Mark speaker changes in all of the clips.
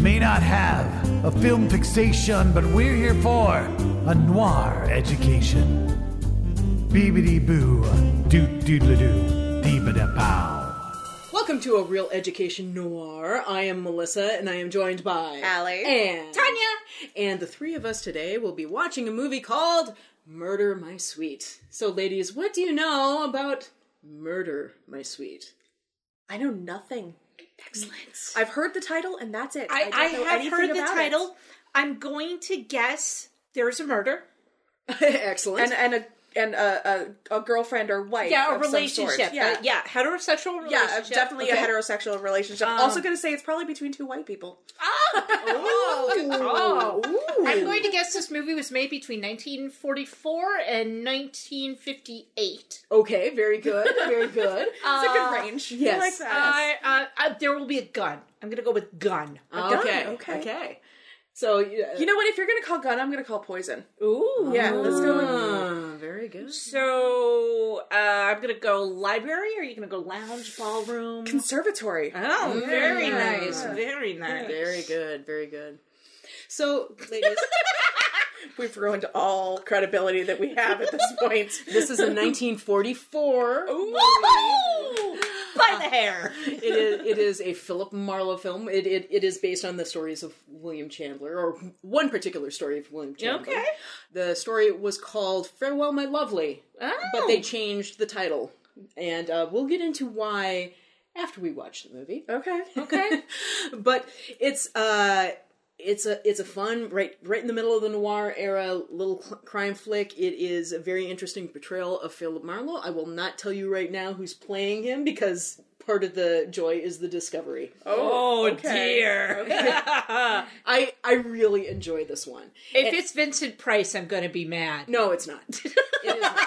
Speaker 1: may not have a film fixation, but we're here for a noir education. Beebity boo, doot doodle doo, dee da pow.
Speaker 2: Welcome to A Real Education Noir. I am Melissa, and I am joined by
Speaker 3: Allie.
Speaker 2: and
Speaker 3: Tanya.
Speaker 2: And the three of us today will be watching a movie called Murder My Sweet. So, ladies, what do you know about Murder My Sweet?
Speaker 3: I know nothing.
Speaker 4: Excellent.
Speaker 3: I've heard the title and that's it.
Speaker 4: I,
Speaker 3: don't
Speaker 4: I,
Speaker 3: know
Speaker 4: have
Speaker 3: anything
Speaker 4: heard the
Speaker 3: about it.
Speaker 4: title. I'm going to guess there's a murder.
Speaker 2: Excellent.
Speaker 3: and and a and a, a, a girlfriend or wife.
Speaker 4: Yeah, a
Speaker 3: of some
Speaker 4: relationship.
Speaker 3: sort.
Speaker 4: Yeah.
Speaker 3: Yeah.
Speaker 4: yeah, uh, heterosexual relationship.
Speaker 3: Yeah, definitely
Speaker 4: Okay. Um,
Speaker 3: a heterosexual relationship. also, going to say it's probably between two white people.
Speaker 4: Oh, good call.
Speaker 2: Ooh.
Speaker 4: I'm going to guess this movie was made between 1944 and 1958.
Speaker 2: okay, very good, very good.
Speaker 3: It's a good range. I
Speaker 2: yes.
Speaker 3: like that.
Speaker 4: uh, I, uh, I, there will be a gun. I'm going to go with gun.
Speaker 2: okay, okay,
Speaker 3: okay.
Speaker 2: okay. So, uh,
Speaker 3: you know what? If you're going to call gun, I'm going to call poison.
Speaker 4: Ooh.
Speaker 3: Yeah, let's go. With,
Speaker 2: Ah, uh, very good.
Speaker 4: So uh, I'm going to go library. Or are you going to go lounge, ballroom?
Speaker 3: conservatory.
Speaker 4: Oh, very nice. Very nice.
Speaker 2: Very good, very good. So, ladies,
Speaker 3: We've ruined all credibility that we have at this point.
Speaker 2: this is a 1944.
Speaker 4: Whoa! By the hair.
Speaker 2: it is it is a Philip Marlowe film. It, it it is based on the stories of William Chandler, or one particular story of William Chandler.
Speaker 4: Okay.
Speaker 2: The story was called "Farewell, My Lovely," but
Speaker 4: Oh.
Speaker 2: they changed the title, and uh, we'll get into why after we watch the movie.
Speaker 3: Okay.
Speaker 2: Okay, but it's uh. It's a it's a fun right right in the middle of the noir era little cl- crime flick. It is a very interesting portrayal of Philip Marlowe. I will not tell you right now who's playing him because part of the joy is the discovery.
Speaker 4: Oh,
Speaker 3: okay.
Speaker 4: dear.
Speaker 2: I I really enjoy this one.
Speaker 4: if it's Vincent Price, I'm going to be mad.
Speaker 2: No, it's not. It is not.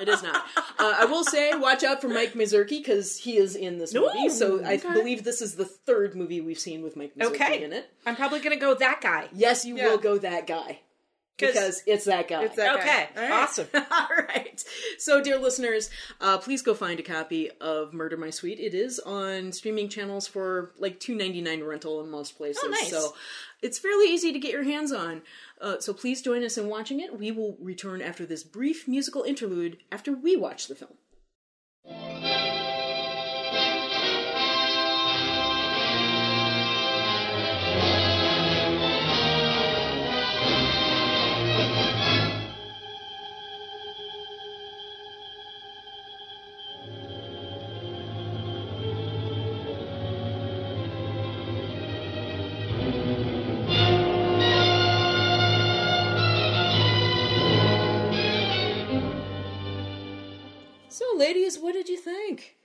Speaker 2: It is not. Uh, I will say, watch out for Mike Mizerki because he is in this movie. So I believe this is the third movie we've seen with Mike Mizerki
Speaker 4: Okay.
Speaker 2: in it.
Speaker 4: I'm probably going to go that guy.
Speaker 2: Yes, you
Speaker 3: Yeah.
Speaker 2: will go that guy
Speaker 4: 'Cause-
Speaker 2: because it's that guy.
Speaker 3: It's that
Speaker 4: Okay.
Speaker 3: guy. All right.
Speaker 4: Awesome.
Speaker 2: All right. So, dear listeners, uh, please go find a copy of Murder My Sweet. It is on streaming channels for like two ninety nine rental in most places.
Speaker 4: nice.
Speaker 2: So, it's fairly easy to get your hands on. Uh, so, please join us in watching it. We will return after this brief musical interlude after we watch the film. So, ladies, what did you think?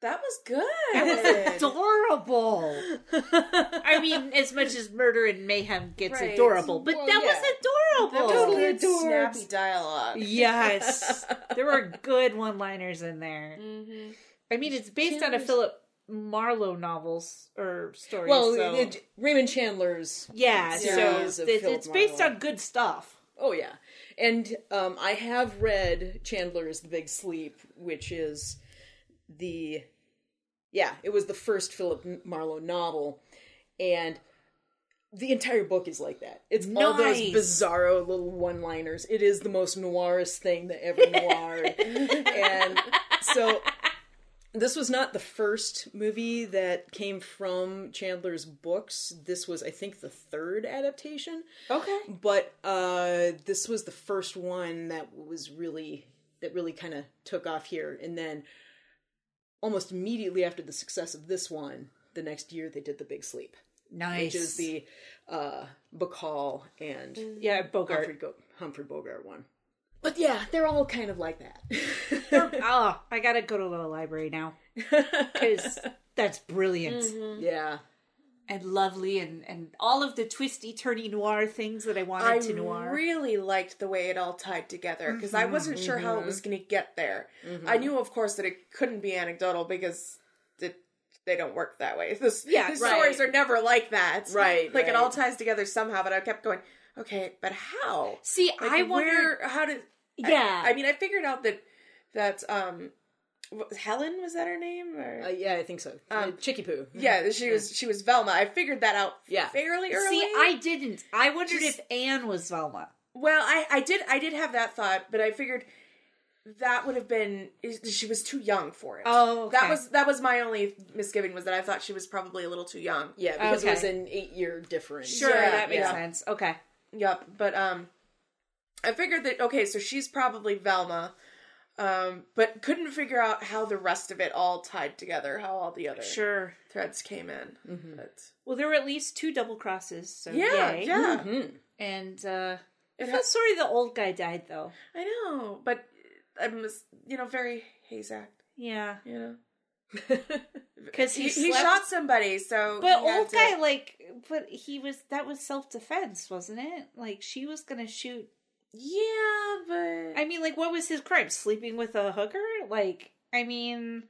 Speaker 3: That was
Speaker 4: That's
Speaker 3: good.
Speaker 4: adorable. I mean, as much as Murder and Mayhem gets
Speaker 3: Right.
Speaker 4: adorable, but
Speaker 3: Well,
Speaker 4: that was
Speaker 3: That
Speaker 4: adorable.
Speaker 3: was good
Speaker 2: Totally adorbs.
Speaker 3: snappy dialogue.
Speaker 4: Yes. there were good one liners in there.
Speaker 2: Mm-hmm.
Speaker 4: I mean, it's based on a Philip Marlowe novels or stories.
Speaker 2: Well,
Speaker 4: so.
Speaker 2: it- Raymond Chandler's.
Speaker 4: yeah,
Speaker 2: series
Speaker 4: so
Speaker 2: of
Speaker 4: it-
Speaker 2: Philip
Speaker 4: it's based
Speaker 2: Marlowe.
Speaker 4: on good stuff.
Speaker 2: Oh, yeah. And um, I have read Chandler's The Big Sleep, which is the yeah, it was the first Philip Marlowe novel, and the entire book is like that. It's all those
Speaker 4: Nice.
Speaker 2: bizarro little one-liners. It is the most noirist thing that ever noir. and so this was not the first movie that came from Chandler's books. This was, I think, the third adaptation
Speaker 3: Okay.
Speaker 2: but uh, this was the first one that was really that really kind of took off here and then almost immediately after the success of this one the next year they did the big sleep
Speaker 4: Nice. Mm.
Speaker 2: which is the uh, bacall and
Speaker 4: yeah Bogart.
Speaker 2: humphrey, Go- humphrey bogart one but yeah they're all kind of like that
Speaker 4: oh, I gotta go to the library now because that's brilliant
Speaker 2: yeah
Speaker 4: and lovely, and and all of the twisty, turny noir things that I wanted
Speaker 3: I
Speaker 4: to noir.
Speaker 3: really liked the way it all tied together because I wasn't sure how it was going to get there. I knew, of course, that it couldn't be anecdotal because it, they don't work that way. This,
Speaker 4: Yeah,
Speaker 3: the
Speaker 2: right.
Speaker 3: stories are never like that.
Speaker 2: Right,
Speaker 3: Like
Speaker 2: right.
Speaker 3: it all ties together somehow, but I kept going, okay, but how?
Speaker 4: See,
Speaker 3: Like,
Speaker 4: I wonder.
Speaker 3: where- how did.
Speaker 4: Yeah.
Speaker 3: I, I mean, I figured out that that um wh- Helen was that her name? Or?
Speaker 2: Uh, yeah, I think so. Um, Chicky Poo.
Speaker 3: yeah, she was she was Velma. I figured that out
Speaker 2: Yeah.
Speaker 3: fairly early.
Speaker 4: See, I didn't. I wondered
Speaker 3: Just-
Speaker 4: if Anne was Velma.
Speaker 3: Well, I, I did I did have that thought, but I figured that would have been is- she was too young for it.
Speaker 4: Oh, okay.
Speaker 3: that was that was my only misgiving was that I thought she was probably a little too young.
Speaker 2: Yeah, because it was
Speaker 4: Okay.
Speaker 2: an eight-year difference.
Speaker 4: Sure,
Speaker 3: Yeah,
Speaker 4: that makes
Speaker 3: yeah.
Speaker 4: sense. Okay.
Speaker 3: Yep, but um I figured that okay, so she's probably Velma. Um but couldn't figure out how the rest of it all tied together, how all the other
Speaker 4: Sure.
Speaker 3: threads came in. But,
Speaker 4: Well, there were at least two double crosses. So
Speaker 3: yeah,
Speaker 4: yay. Mm-hmm.
Speaker 3: yeah.
Speaker 4: And uh, I
Speaker 3: It
Speaker 4: felt
Speaker 3: has,
Speaker 4: sorry the old guy died though.
Speaker 3: I know, but I'm just, you know very Hazak,
Speaker 4: Yeah,
Speaker 3: you know.
Speaker 4: because he,
Speaker 3: He, he
Speaker 4: slept-
Speaker 3: shot somebody, so
Speaker 4: But
Speaker 3: he had
Speaker 4: old
Speaker 3: to-
Speaker 4: guy, like, but he was that was self defense, wasn't it? Like she was gonna shoot.
Speaker 3: Yeah, but
Speaker 4: I mean, like, what was his crime? Sleeping with a hooker? Like, I mean,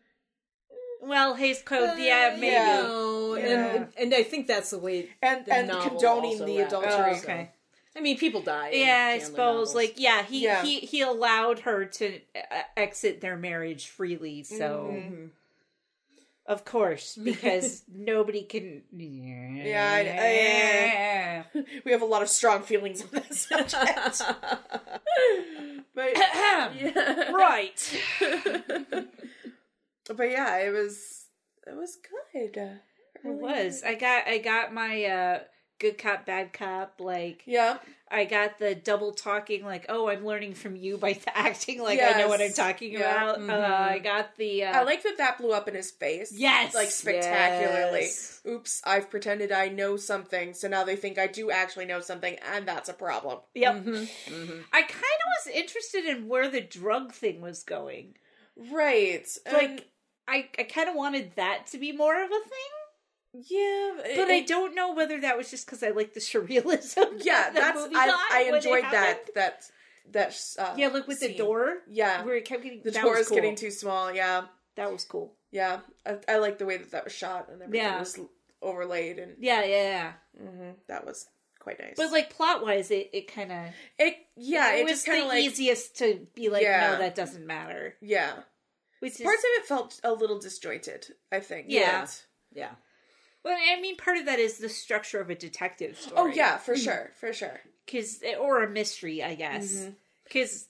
Speaker 4: well, Hayes Code, Oh, yeah, maybe.
Speaker 2: You
Speaker 3: Uh, yeah.
Speaker 2: know,
Speaker 3: Yeah.
Speaker 2: Uh, and, and I think that's the way.
Speaker 3: and
Speaker 2: the
Speaker 3: and
Speaker 2: novel
Speaker 3: condoning
Speaker 2: also
Speaker 3: the
Speaker 2: wrapped
Speaker 3: adultery.
Speaker 2: up.
Speaker 4: Oh,
Speaker 2: Sure, so.
Speaker 4: okay.
Speaker 2: I mean, people die. in
Speaker 4: Yeah, I
Speaker 2: Chandler
Speaker 4: suppose.
Speaker 2: novels.
Speaker 4: Like, yeah, he
Speaker 3: Yeah.
Speaker 4: he he allowed her to uh, exit their marriage freely. So,
Speaker 3: Mm-hmm.
Speaker 4: of course, because nobody can. Yeah,
Speaker 3: I- We have a lot of strong feelings on that subject. but yeah.
Speaker 4: right.
Speaker 3: But yeah, it was it was good. It
Speaker 4: It was. I got I got my uh good cop bad cop like
Speaker 3: Yeah.
Speaker 4: I got the double talking like oh I'm learning from you by th- acting like I know what I'm
Speaker 3: Yes.
Speaker 4: talking
Speaker 3: Yeah. Mm-hmm.
Speaker 4: about. Uh, I got the uh,
Speaker 3: I like that that blew up in his face.
Speaker 4: Yes.
Speaker 3: Like spectacularly.
Speaker 2: Yes.
Speaker 3: Oops, I've pretended I know something, so now they think I do actually know something, and that's a problem.
Speaker 4: yep.
Speaker 3: mm-hmm.
Speaker 4: I kind of was interested in where the drug thing was going.
Speaker 3: Right.
Speaker 4: Like
Speaker 3: and-
Speaker 4: I I kind of wanted that to be more of a thing,
Speaker 3: yeah.
Speaker 4: but I
Speaker 3: it-
Speaker 4: don't know whether that was just because I like the surrealism.
Speaker 3: yeah,
Speaker 4: that the
Speaker 3: that's
Speaker 4: movie
Speaker 3: I,
Speaker 4: got
Speaker 3: I
Speaker 4: when it
Speaker 3: enjoyed that
Speaker 4: happened.
Speaker 3: that that uh,
Speaker 4: Yeah, look with the
Speaker 3: scene.
Speaker 4: door.
Speaker 3: Yeah,
Speaker 4: where it kept getting
Speaker 3: the
Speaker 4: that
Speaker 3: door
Speaker 4: was
Speaker 3: is getting
Speaker 4: cool.
Speaker 3: too small. Yeah,
Speaker 4: That was cool.
Speaker 3: yeah. I, I like the way that that was shot and everything
Speaker 4: Yeah.
Speaker 3: was overlaid, and
Speaker 4: Yeah, yeah, yeah.
Speaker 3: that was quite nice.
Speaker 4: But like plot wise, it, it kind of
Speaker 3: it, yeah, it, just kind of like
Speaker 4: easiest to be like,
Speaker 3: Yeah.
Speaker 4: no, that doesn't matter.
Speaker 3: yeah.
Speaker 4: Which is,
Speaker 3: Parts of it felt a little disjointed. I think.
Speaker 4: Yeah.
Speaker 3: but-
Speaker 2: yeah.
Speaker 4: well, I mean, part of that is the structure of a detective story.
Speaker 3: Oh yeah, for sure, for sure.
Speaker 4: because or a mystery, I
Speaker 3: Mm-hmm.
Speaker 4: guess. Because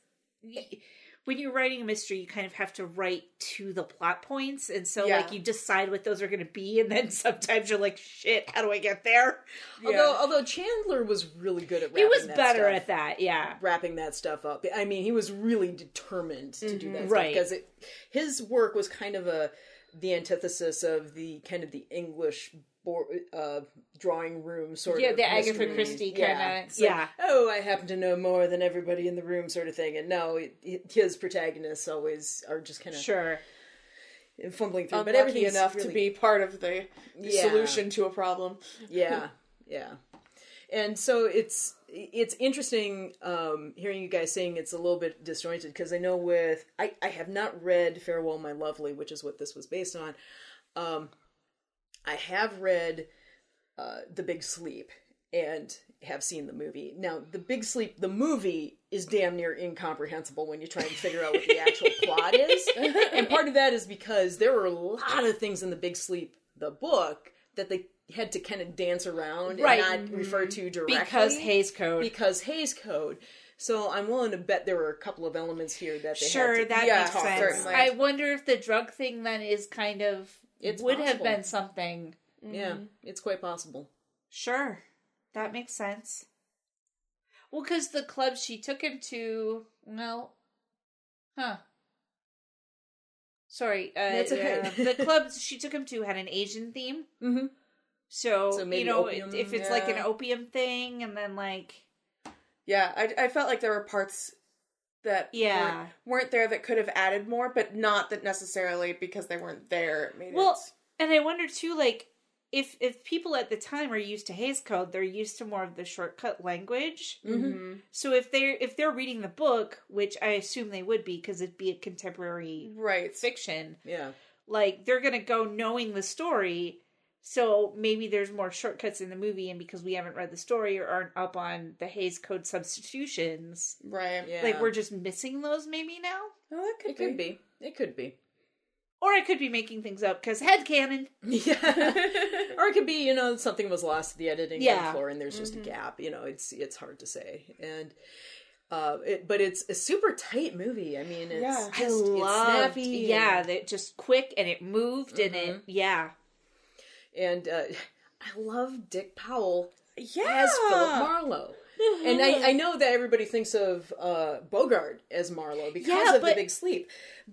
Speaker 4: when you're writing a mystery, you kind of have to write to the plot points, and so
Speaker 3: Yeah.
Speaker 4: like you decide what those are going to be, and then sometimes you're like, shit, how do I get there?
Speaker 2: Although, although Chandler was really good at
Speaker 4: He
Speaker 2: wrapping
Speaker 4: was
Speaker 2: that
Speaker 4: better
Speaker 2: stuff-
Speaker 4: at that, yeah.
Speaker 2: wrapping that stuff up. I mean, he was really determined to do that
Speaker 4: Mm-hmm. Right.
Speaker 2: because it, his work was kind of a the antithesis of the kind of the English bo- uh, drawing room sort
Speaker 4: Yeah,
Speaker 2: of
Speaker 4: the Agatha
Speaker 2: mystery.
Speaker 4: Christie
Speaker 2: Yeah.
Speaker 4: kinda-
Speaker 2: It's like,
Speaker 4: yeah.
Speaker 2: oh, I happen to know more than everybody in the room, sort of thing. And no, it, it- his protagonists always are just kind of
Speaker 4: Sure.
Speaker 2: fumbling through,
Speaker 3: But
Speaker 2: but
Speaker 3: everything
Speaker 2: everything's
Speaker 3: enough
Speaker 2: really,
Speaker 3: to be part of the, the
Speaker 2: Yeah.
Speaker 3: solution to a problem.
Speaker 2: yeah yeah and so it's it's interesting um hearing you guys saying it's a little bit disjointed because i know with i i have not read farewell my lovely which is what this was based on um i have read uh the big sleep and have seen the movie now the big sleep the movie is damn near incomprehensible when you try and figure out what the actual plot is and part of that is because there were a lot of things in the big sleep the book that they had to kind of dance around
Speaker 4: Right. Mm-hmm.
Speaker 2: and not refer to directly
Speaker 4: Because Hayes Code.
Speaker 2: because Hayes Code. So I'm willing to bet there were a couple of elements here that they had
Speaker 4: Sure,
Speaker 2: to-
Speaker 4: that
Speaker 3: Yeah,
Speaker 4: makes sense.
Speaker 3: certainly.
Speaker 4: I wonder if the drug thing then is kind of it
Speaker 2: It's
Speaker 4: would have
Speaker 2: possible.
Speaker 4: been something.
Speaker 2: yeah, it's quite possible.
Speaker 4: Sure, that makes sense. Well, because the club she took him to, well, huh. Sorry, uh,
Speaker 2: That's okay.
Speaker 4: yeah, the club she took him to had an Asian theme.
Speaker 2: Mhm.
Speaker 4: So,
Speaker 2: So maybe
Speaker 4: you know,
Speaker 2: opium,
Speaker 4: if it's like an
Speaker 3: yeah.
Speaker 4: opium thing, and then like
Speaker 3: Yeah, I, I felt like there were parts that
Speaker 4: Yeah.
Speaker 3: weren't, weren't there that could have added more, but not that necessarily because they weren't there. It made
Speaker 4: Well,
Speaker 3: it-
Speaker 4: and I wonder too, like if if people at the time are used to Hayes Code, they're used to more of the shortcut language.
Speaker 2: Mm.
Speaker 4: Mm-hmm. So if they're if they're reading the book, which I assume they would be, because it'd be a contemporary
Speaker 3: right.
Speaker 4: fiction,
Speaker 2: Yeah,
Speaker 4: like they're gonna go knowing the story. So maybe there's more shortcuts in the movie, and because we haven't read the story or aren't up on the Hayes Code substitutions,
Speaker 3: Right.
Speaker 2: yeah.
Speaker 4: like we're just missing those maybe now.
Speaker 3: Well, that could
Speaker 2: it could be. It could be.
Speaker 4: Or I could be making things up because headcanon.
Speaker 2: Yeah. or it could be, you know, something was lost at the editing
Speaker 4: Yeah.
Speaker 2: floor and there's just a gap. You know, it's it's hard to say. And uh, it, but it's a super tight movie. I mean, it's
Speaker 3: Yeah.
Speaker 2: just it's snappy. and-
Speaker 4: yeah, that just quick and it moved and it, yeah.
Speaker 2: and uh, I love Dick Powell
Speaker 3: Yeah.
Speaker 2: as Philip Marlowe. And I, I know that everybody thinks of uh, Bogart as Marlowe because
Speaker 4: Yeah,
Speaker 2: of the
Speaker 4: but-
Speaker 2: big sleep,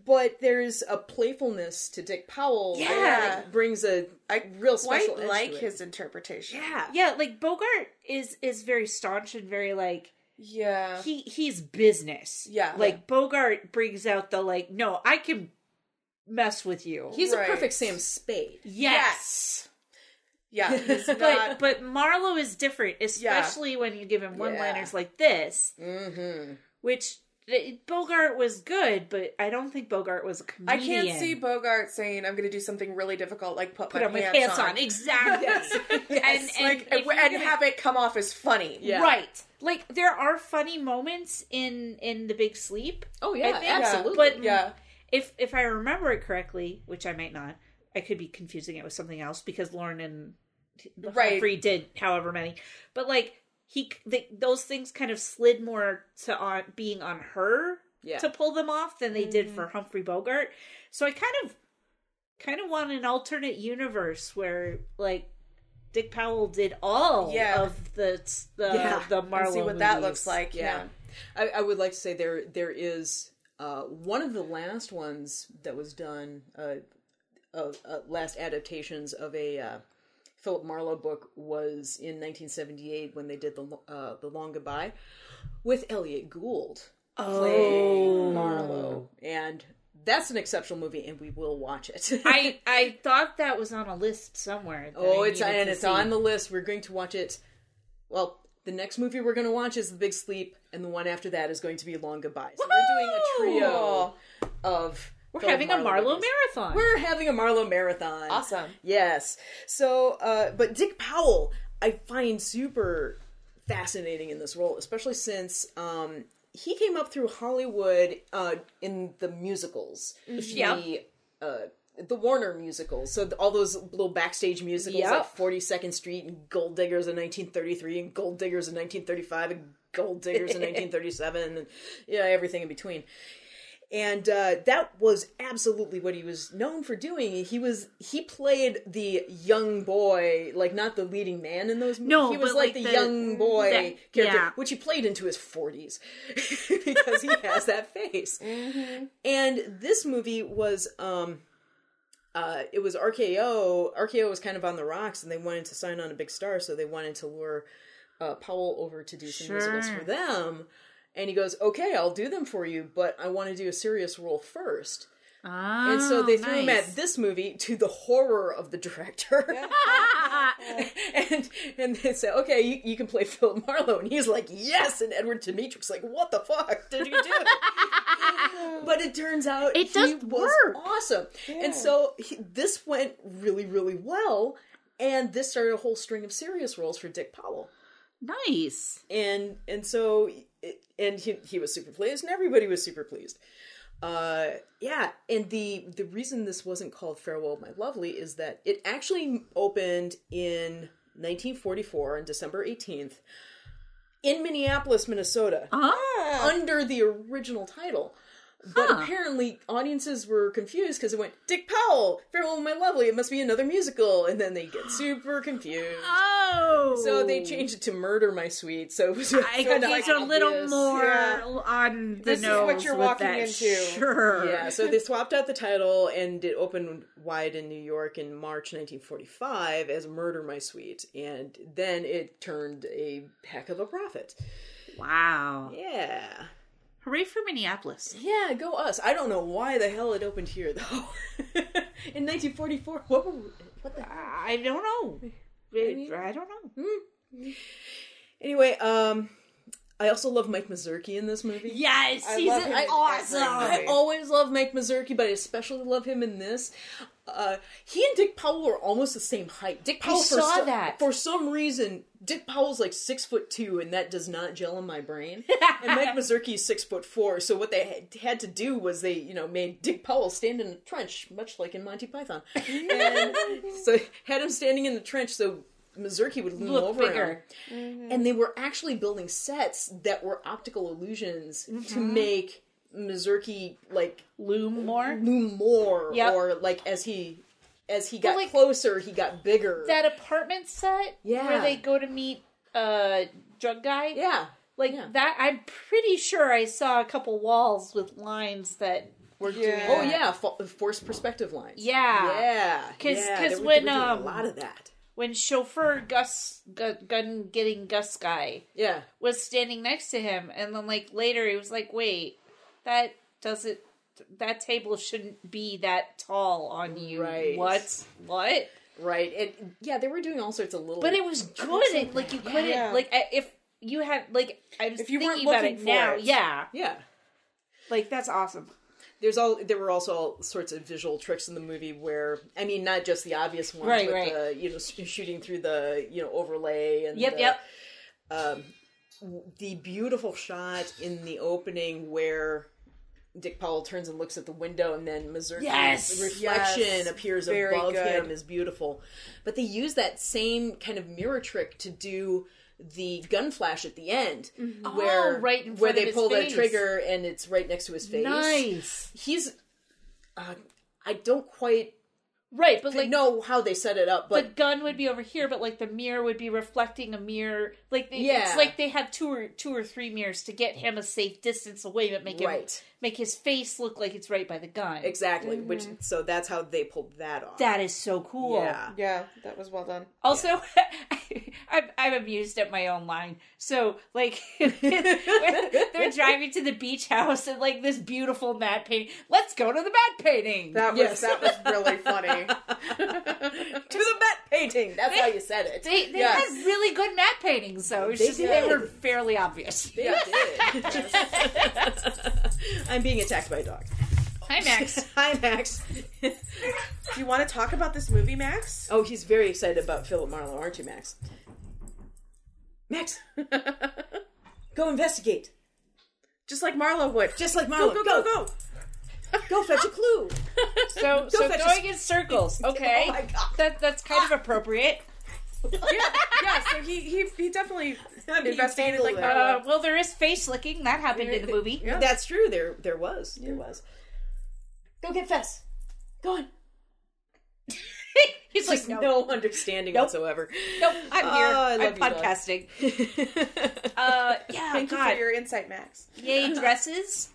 Speaker 2: but there's a playfulness to Dick Powell that
Speaker 3: Yeah.
Speaker 2: like, brings a
Speaker 3: I
Speaker 2: real special
Speaker 3: quite
Speaker 2: edge
Speaker 3: like
Speaker 2: to it.
Speaker 3: his interpretation.
Speaker 2: yeah
Speaker 4: Yeah, like Bogart is is very staunch and very like
Speaker 3: Yeah.
Speaker 4: he he's business.
Speaker 3: Yeah.
Speaker 4: Like Bogart brings out the like, no, I can mess with you.
Speaker 2: He's
Speaker 3: Right.
Speaker 2: a perfect Sam Spade.
Speaker 4: yes.
Speaker 3: Yeah. He's not,
Speaker 4: But but Marlowe is different, especially when you give him one liners like this.
Speaker 2: Mm-hmm.
Speaker 4: Which it- Bogart was good, but I don't think Bogart was a
Speaker 3: I
Speaker 4: comedian.
Speaker 3: can't see Bogart saying, I'm going to do something really difficult, like put,
Speaker 4: put
Speaker 3: my,
Speaker 4: on my
Speaker 3: pants
Speaker 4: pants on, exactly. And and,
Speaker 3: Like,
Speaker 4: if
Speaker 3: and,
Speaker 4: you're
Speaker 3: and
Speaker 4: gonna-
Speaker 3: have it come off as funny.
Speaker 2: Yeah.
Speaker 4: right, like there are funny moments in in The Big Sleep.
Speaker 2: Oh yeah,
Speaker 4: think- Yeah,
Speaker 2: absolutely.
Speaker 4: but-
Speaker 3: Yeah.
Speaker 4: if if I remember it correctly, which I might not, I could be confusing it with something else because Lauren and
Speaker 3: Right.
Speaker 4: Humphrey did however many, but like he the, those things kind of slid more to on being on her
Speaker 2: Yeah.
Speaker 4: to pull them off than they
Speaker 3: Mm-hmm.
Speaker 4: did for Humphrey Bogart. So I kind of kind of want an alternate universe where like Dick Powell did all
Speaker 3: Yeah.
Speaker 4: of the the
Speaker 2: Yeah.
Speaker 4: the
Speaker 3: And
Speaker 4: Marlowe
Speaker 3: see what that
Speaker 4: movies.
Speaker 3: looks like.
Speaker 2: yeah.
Speaker 3: Yeah.
Speaker 2: I, I would like to say there there is uh, one of the last ones that was done, uh, of, uh, last adaptations of a uh, Philip Marlowe book was in 1978 when they did the Lo- uh, the Long Goodbye with Elliot Gould
Speaker 4: Oh.
Speaker 2: playing Marlowe, and that's an exceptional movie, and we will watch it.
Speaker 4: I I thought that was on a list somewhere. that
Speaker 2: Oh,
Speaker 4: I
Speaker 2: it's
Speaker 4: needed
Speaker 2: and
Speaker 4: to
Speaker 2: it's
Speaker 4: see.
Speaker 2: on the list. We're going to watch it. Well, the next movie we're going to watch is The Big Sleep, and the one after that is going to be Long Goodbye. So we're doing a trio of.
Speaker 4: We're having a Marlowe marathon.
Speaker 2: We're having a Marlowe marathon.
Speaker 3: Awesome.
Speaker 2: Yes. So, uh, but Dick Powell, I find super fascinating in this role, especially since um, he came up through Hollywood uh, in the musicals. The, uh, the Warner musicals. So th- all those little backstage musicals
Speaker 4: Yep.
Speaker 2: like 42nd Street and Gold Diggers in 1933 and Gold Diggers in 1935 and Gold Diggers in 1937 and yeah, everything in between and uh, that was absolutely what he was known for doing. He was he played the young boy, like not the leading man in those movies.
Speaker 4: No,
Speaker 2: he was
Speaker 4: but,
Speaker 2: like,
Speaker 4: like,
Speaker 2: the,
Speaker 4: the-
Speaker 2: young boy
Speaker 4: the-
Speaker 2: character,
Speaker 4: yeah.
Speaker 2: which he played into his forties because he has that face.
Speaker 4: Mm-hmm.
Speaker 2: And this movie was. um uh, it was RKO. RKO was kind of on the rocks, and they wanted to sign on a big star, so they wanted to lure uh, Powell over to do some musicals
Speaker 4: Sure.
Speaker 2: for them. And he goes, "Okay, I'll do them for you, but I want to do a serious role first.
Speaker 4: Oh,
Speaker 2: And so they threw him
Speaker 4: nice.
Speaker 2: at this movie to the horror of the director. and and they said, "Okay, you, you can play Philip Marlowe," and he's like, "Yes." And Edward Dimitri's like, "What the fuck did you do?" but it turns out
Speaker 4: It
Speaker 2: he
Speaker 4: does
Speaker 2: was
Speaker 4: work.
Speaker 2: awesome, and so he, this went really, really well. And this started a whole string of serious roles for Dick Powell
Speaker 4: nice.
Speaker 2: and and so it- and he, he was super pleased and everybody was super pleased uh yeah and the the reason this wasn't called farewell my lovely is that it actually opened in 1944 on december 18th in minneapolis minnesota
Speaker 4: Oh,
Speaker 2: under the original title but apparently audiences were confused because it went dick powell farewell my lovely it must be another musical and then they get super confused
Speaker 4: oh.
Speaker 2: so they changed it to "Murder My Sweet," so it was
Speaker 4: I
Speaker 2: kind
Speaker 4: think
Speaker 2: of like
Speaker 4: a little
Speaker 2: obvious.
Speaker 4: more
Speaker 3: Yeah.
Speaker 4: on the
Speaker 3: This is
Speaker 4: nose
Speaker 3: what you're
Speaker 4: with
Speaker 3: walking
Speaker 4: that.
Speaker 3: into.
Speaker 4: Sure.
Speaker 2: Yeah, so they swapped out the title and it opened wide in New York in March 1945 as "Murder My Sweet," and then it turned a heck of a profit.
Speaker 4: Wow.
Speaker 2: Yeah,
Speaker 4: Hooray for Minneapolis.
Speaker 2: yeah, go us! I don't know why the hell it opened here though. in 1944, what were we, what the
Speaker 4: I don't know. I, I don't
Speaker 2: hmm?
Speaker 4: know.
Speaker 2: anyway? Um, I also love Mike Mazurki in this movie.
Speaker 4: Yes, he's
Speaker 3: love him in every
Speaker 4: awesome.
Speaker 3: movie.
Speaker 2: I always love Mike Mazurki, but I especially love him in this. uh, he and Dick Powell are almost the same height. Dick Powell for
Speaker 4: saw
Speaker 2: so-
Speaker 4: that.
Speaker 2: for some reason. Dick Powell's like six foot two, and that does not gel in my brain. and Mike Mazurki is six foot four. So what they had- had to do was they, you know, made Dick Powell stand in a trench, much like in Monty Python. And so had him standing in the trench so Mazurki would loom
Speaker 4: Look
Speaker 2: over him
Speaker 4: bigger. Mm-hmm.
Speaker 2: and they were actually building sets that were optical illusions to
Speaker 4: Mm-hmm.
Speaker 2: make Mazurki like
Speaker 4: Loom more.
Speaker 2: loom more,
Speaker 4: Yep.
Speaker 2: or like as he as he got
Speaker 4: like-
Speaker 2: closer, he got bigger.
Speaker 4: That apartment set
Speaker 2: Yeah.
Speaker 4: where they go to meet uh drug guy.
Speaker 2: yeah,
Speaker 4: Like
Speaker 2: Yeah.
Speaker 4: that I'm pretty sure I saw a couple walls with lines that were doing
Speaker 3: Yeah.
Speaker 2: oh
Speaker 4: that.
Speaker 2: yeah, fo- forced perspective lines.
Speaker 4: Yeah.
Speaker 2: yeah,
Speaker 4: 'Cause-
Speaker 2: yeah,
Speaker 4: 'cause
Speaker 2: they were-
Speaker 4: when,
Speaker 2: they were doing
Speaker 4: um,
Speaker 2: a lot of that,
Speaker 4: When chauffeur Gus gu- gun getting Gus guy
Speaker 2: yeah,
Speaker 4: was standing next to him and then like later he was like, "Wait, that doesn't that table shouldn't be that tall on you."
Speaker 2: Right.
Speaker 4: What? What?
Speaker 2: right, and yeah, they were doing all sorts of little.
Speaker 4: But it was good. It, like you couldn't
Speaker 3: Yeah.
Speaker 4: like I- if you had like I was
Speaker 3: If you weren't
Speaker 4: thinking about
Speaker 3: looking
Speaker 4: it
Speaker 3: for
Speaker 4: now.
Speaker 3: it.
Speaker 4: Yeah.
Speaker 2: yeah.
Speaker 4: Like that's awesome.
Speaker 2: there's all there were also all sorts of visual tricks in the movie where I mean not just the obvious ones
Speaker 4: Right,
Speaker 2: with
Speaker 4: right.
Speaker 2: the you know sh- shooting through the you know overlay and
Speaker 4: Yep,
Speaker 2: the,
Speaker 4: yep.
Speaker 2: the beautiful shot in the opening where Dick Powell turns and looks at the window and then Missouri's
Speaker 4: Yes!
Speaker 2: reflection
Speaker 3: Yes.
Speaker 2: appears
Speaker 3: Very
Speaker 2: above
Speaker 3: good.
Speaker 2: him is beautiful. But they use that same kind of mirror trick to do the gun flash at the end where
Speaker 4: Oh, right in
Speaker 2: where
Speaker 4: front of
Speaker 2: they
Speaker 4: his
Speaker 2: pull
Speaker 4: face.
Speaker 2: the trigger and it's right next to his face
Speaker 4: Nice.
Speaker 2: he's uh, i don't quite
Speaker 4: Right, but like
Speaker 2: know how they set it up
Speaker 4: the
Speaker 2: but
Speaker 4: gun would be over here, but like the mirror would be reflecting a mirror. Like they,
Speaker 2: Yeah.
Speaker 4: it's like they have two or two or three mirrors to get him a safe distance away, but make him
Speaker 2: Right.
Speaker 4: make his face look like it's right by the gun.
Speaker 2: exactly which so that's how they pulled that off
Speaker 4: That is so cool.
Speaker 2: yeah
Speaker 3: Yeah, that was well done.
Speaker 4: Also, I'm, I'm amused at my own line. So, like, they're driving to the beach house and, like, this beautiful matte painting. Let's go to the matte painting.
Speaker 3: That was
Speaker 2: Yes.
Speaker 3: that was really funny.
Speaker 2: to the matte painting that's how you said it
Speaker 4: they they
Speaker 3: Yes.
Speaker 4: had really good matte paintings, though. It's
Speaker 2: They
Speaker 4: just that they
Speaker 2: did.
Speaker 4: were fairly obvious.
Speaker 2: They did. i'm being attacked by a dog
Speaker 4: Hi, Max.
Speaker 2: hi max
Speaker 3: Do you want to talk about this movie, Max?
Speaker 2: oh he's very excited about philip marlowe aren't you max max go investigate
Speaker 3: Just like Marlo would.
Speaker 2: just like
Speaker 3: go
Speaker 2: marlowe
Speaker 3: go go go.
Speaker 2: Go fetch a clue
Speaker 4: So, so
Speaker 2: fetch a
Speaker 4: going in circles, okay?
Speaker 2: Oh my God.
Speaker 4: That, that's kind
Speaker 3: Ah.
Speaker 4: of appropriate.
Speaker 3: Yeah, yeah. So he he he definitely
Speaker 2: I'm being
Speaker 3: investigated
Speaker 2: tangled
Speaker 3: like
Speaker 2: there.
Speaker 3: Marlo.
Speaker 4: Uh, well, there is face licking. That happened in the movie.
Speaker 3: Yeah.
Speaker 2: That's true. There, there was, there was. Go get Fess. Go on.
Speaker 4: He's like,
Speaker 2: Just
Speaker 4: no,
Speaker 2: no,
Speaker 4: no,
Speaker 2: understanding whatsoever.
Speaker 4: I'm
Speaker 3: Ah,
Speaker 2: Oh,
Speaker 4: here.
Speaker 2: I love
Speaker 4: I'm
Speaker 2: you, dog.
Speaker 4: podcasting. Uh, yeah,
Speaker 3: Thank you
Speaker 4: God.
Speaker 3: for your insight, Max.
Speaker 4: Yay, dresses.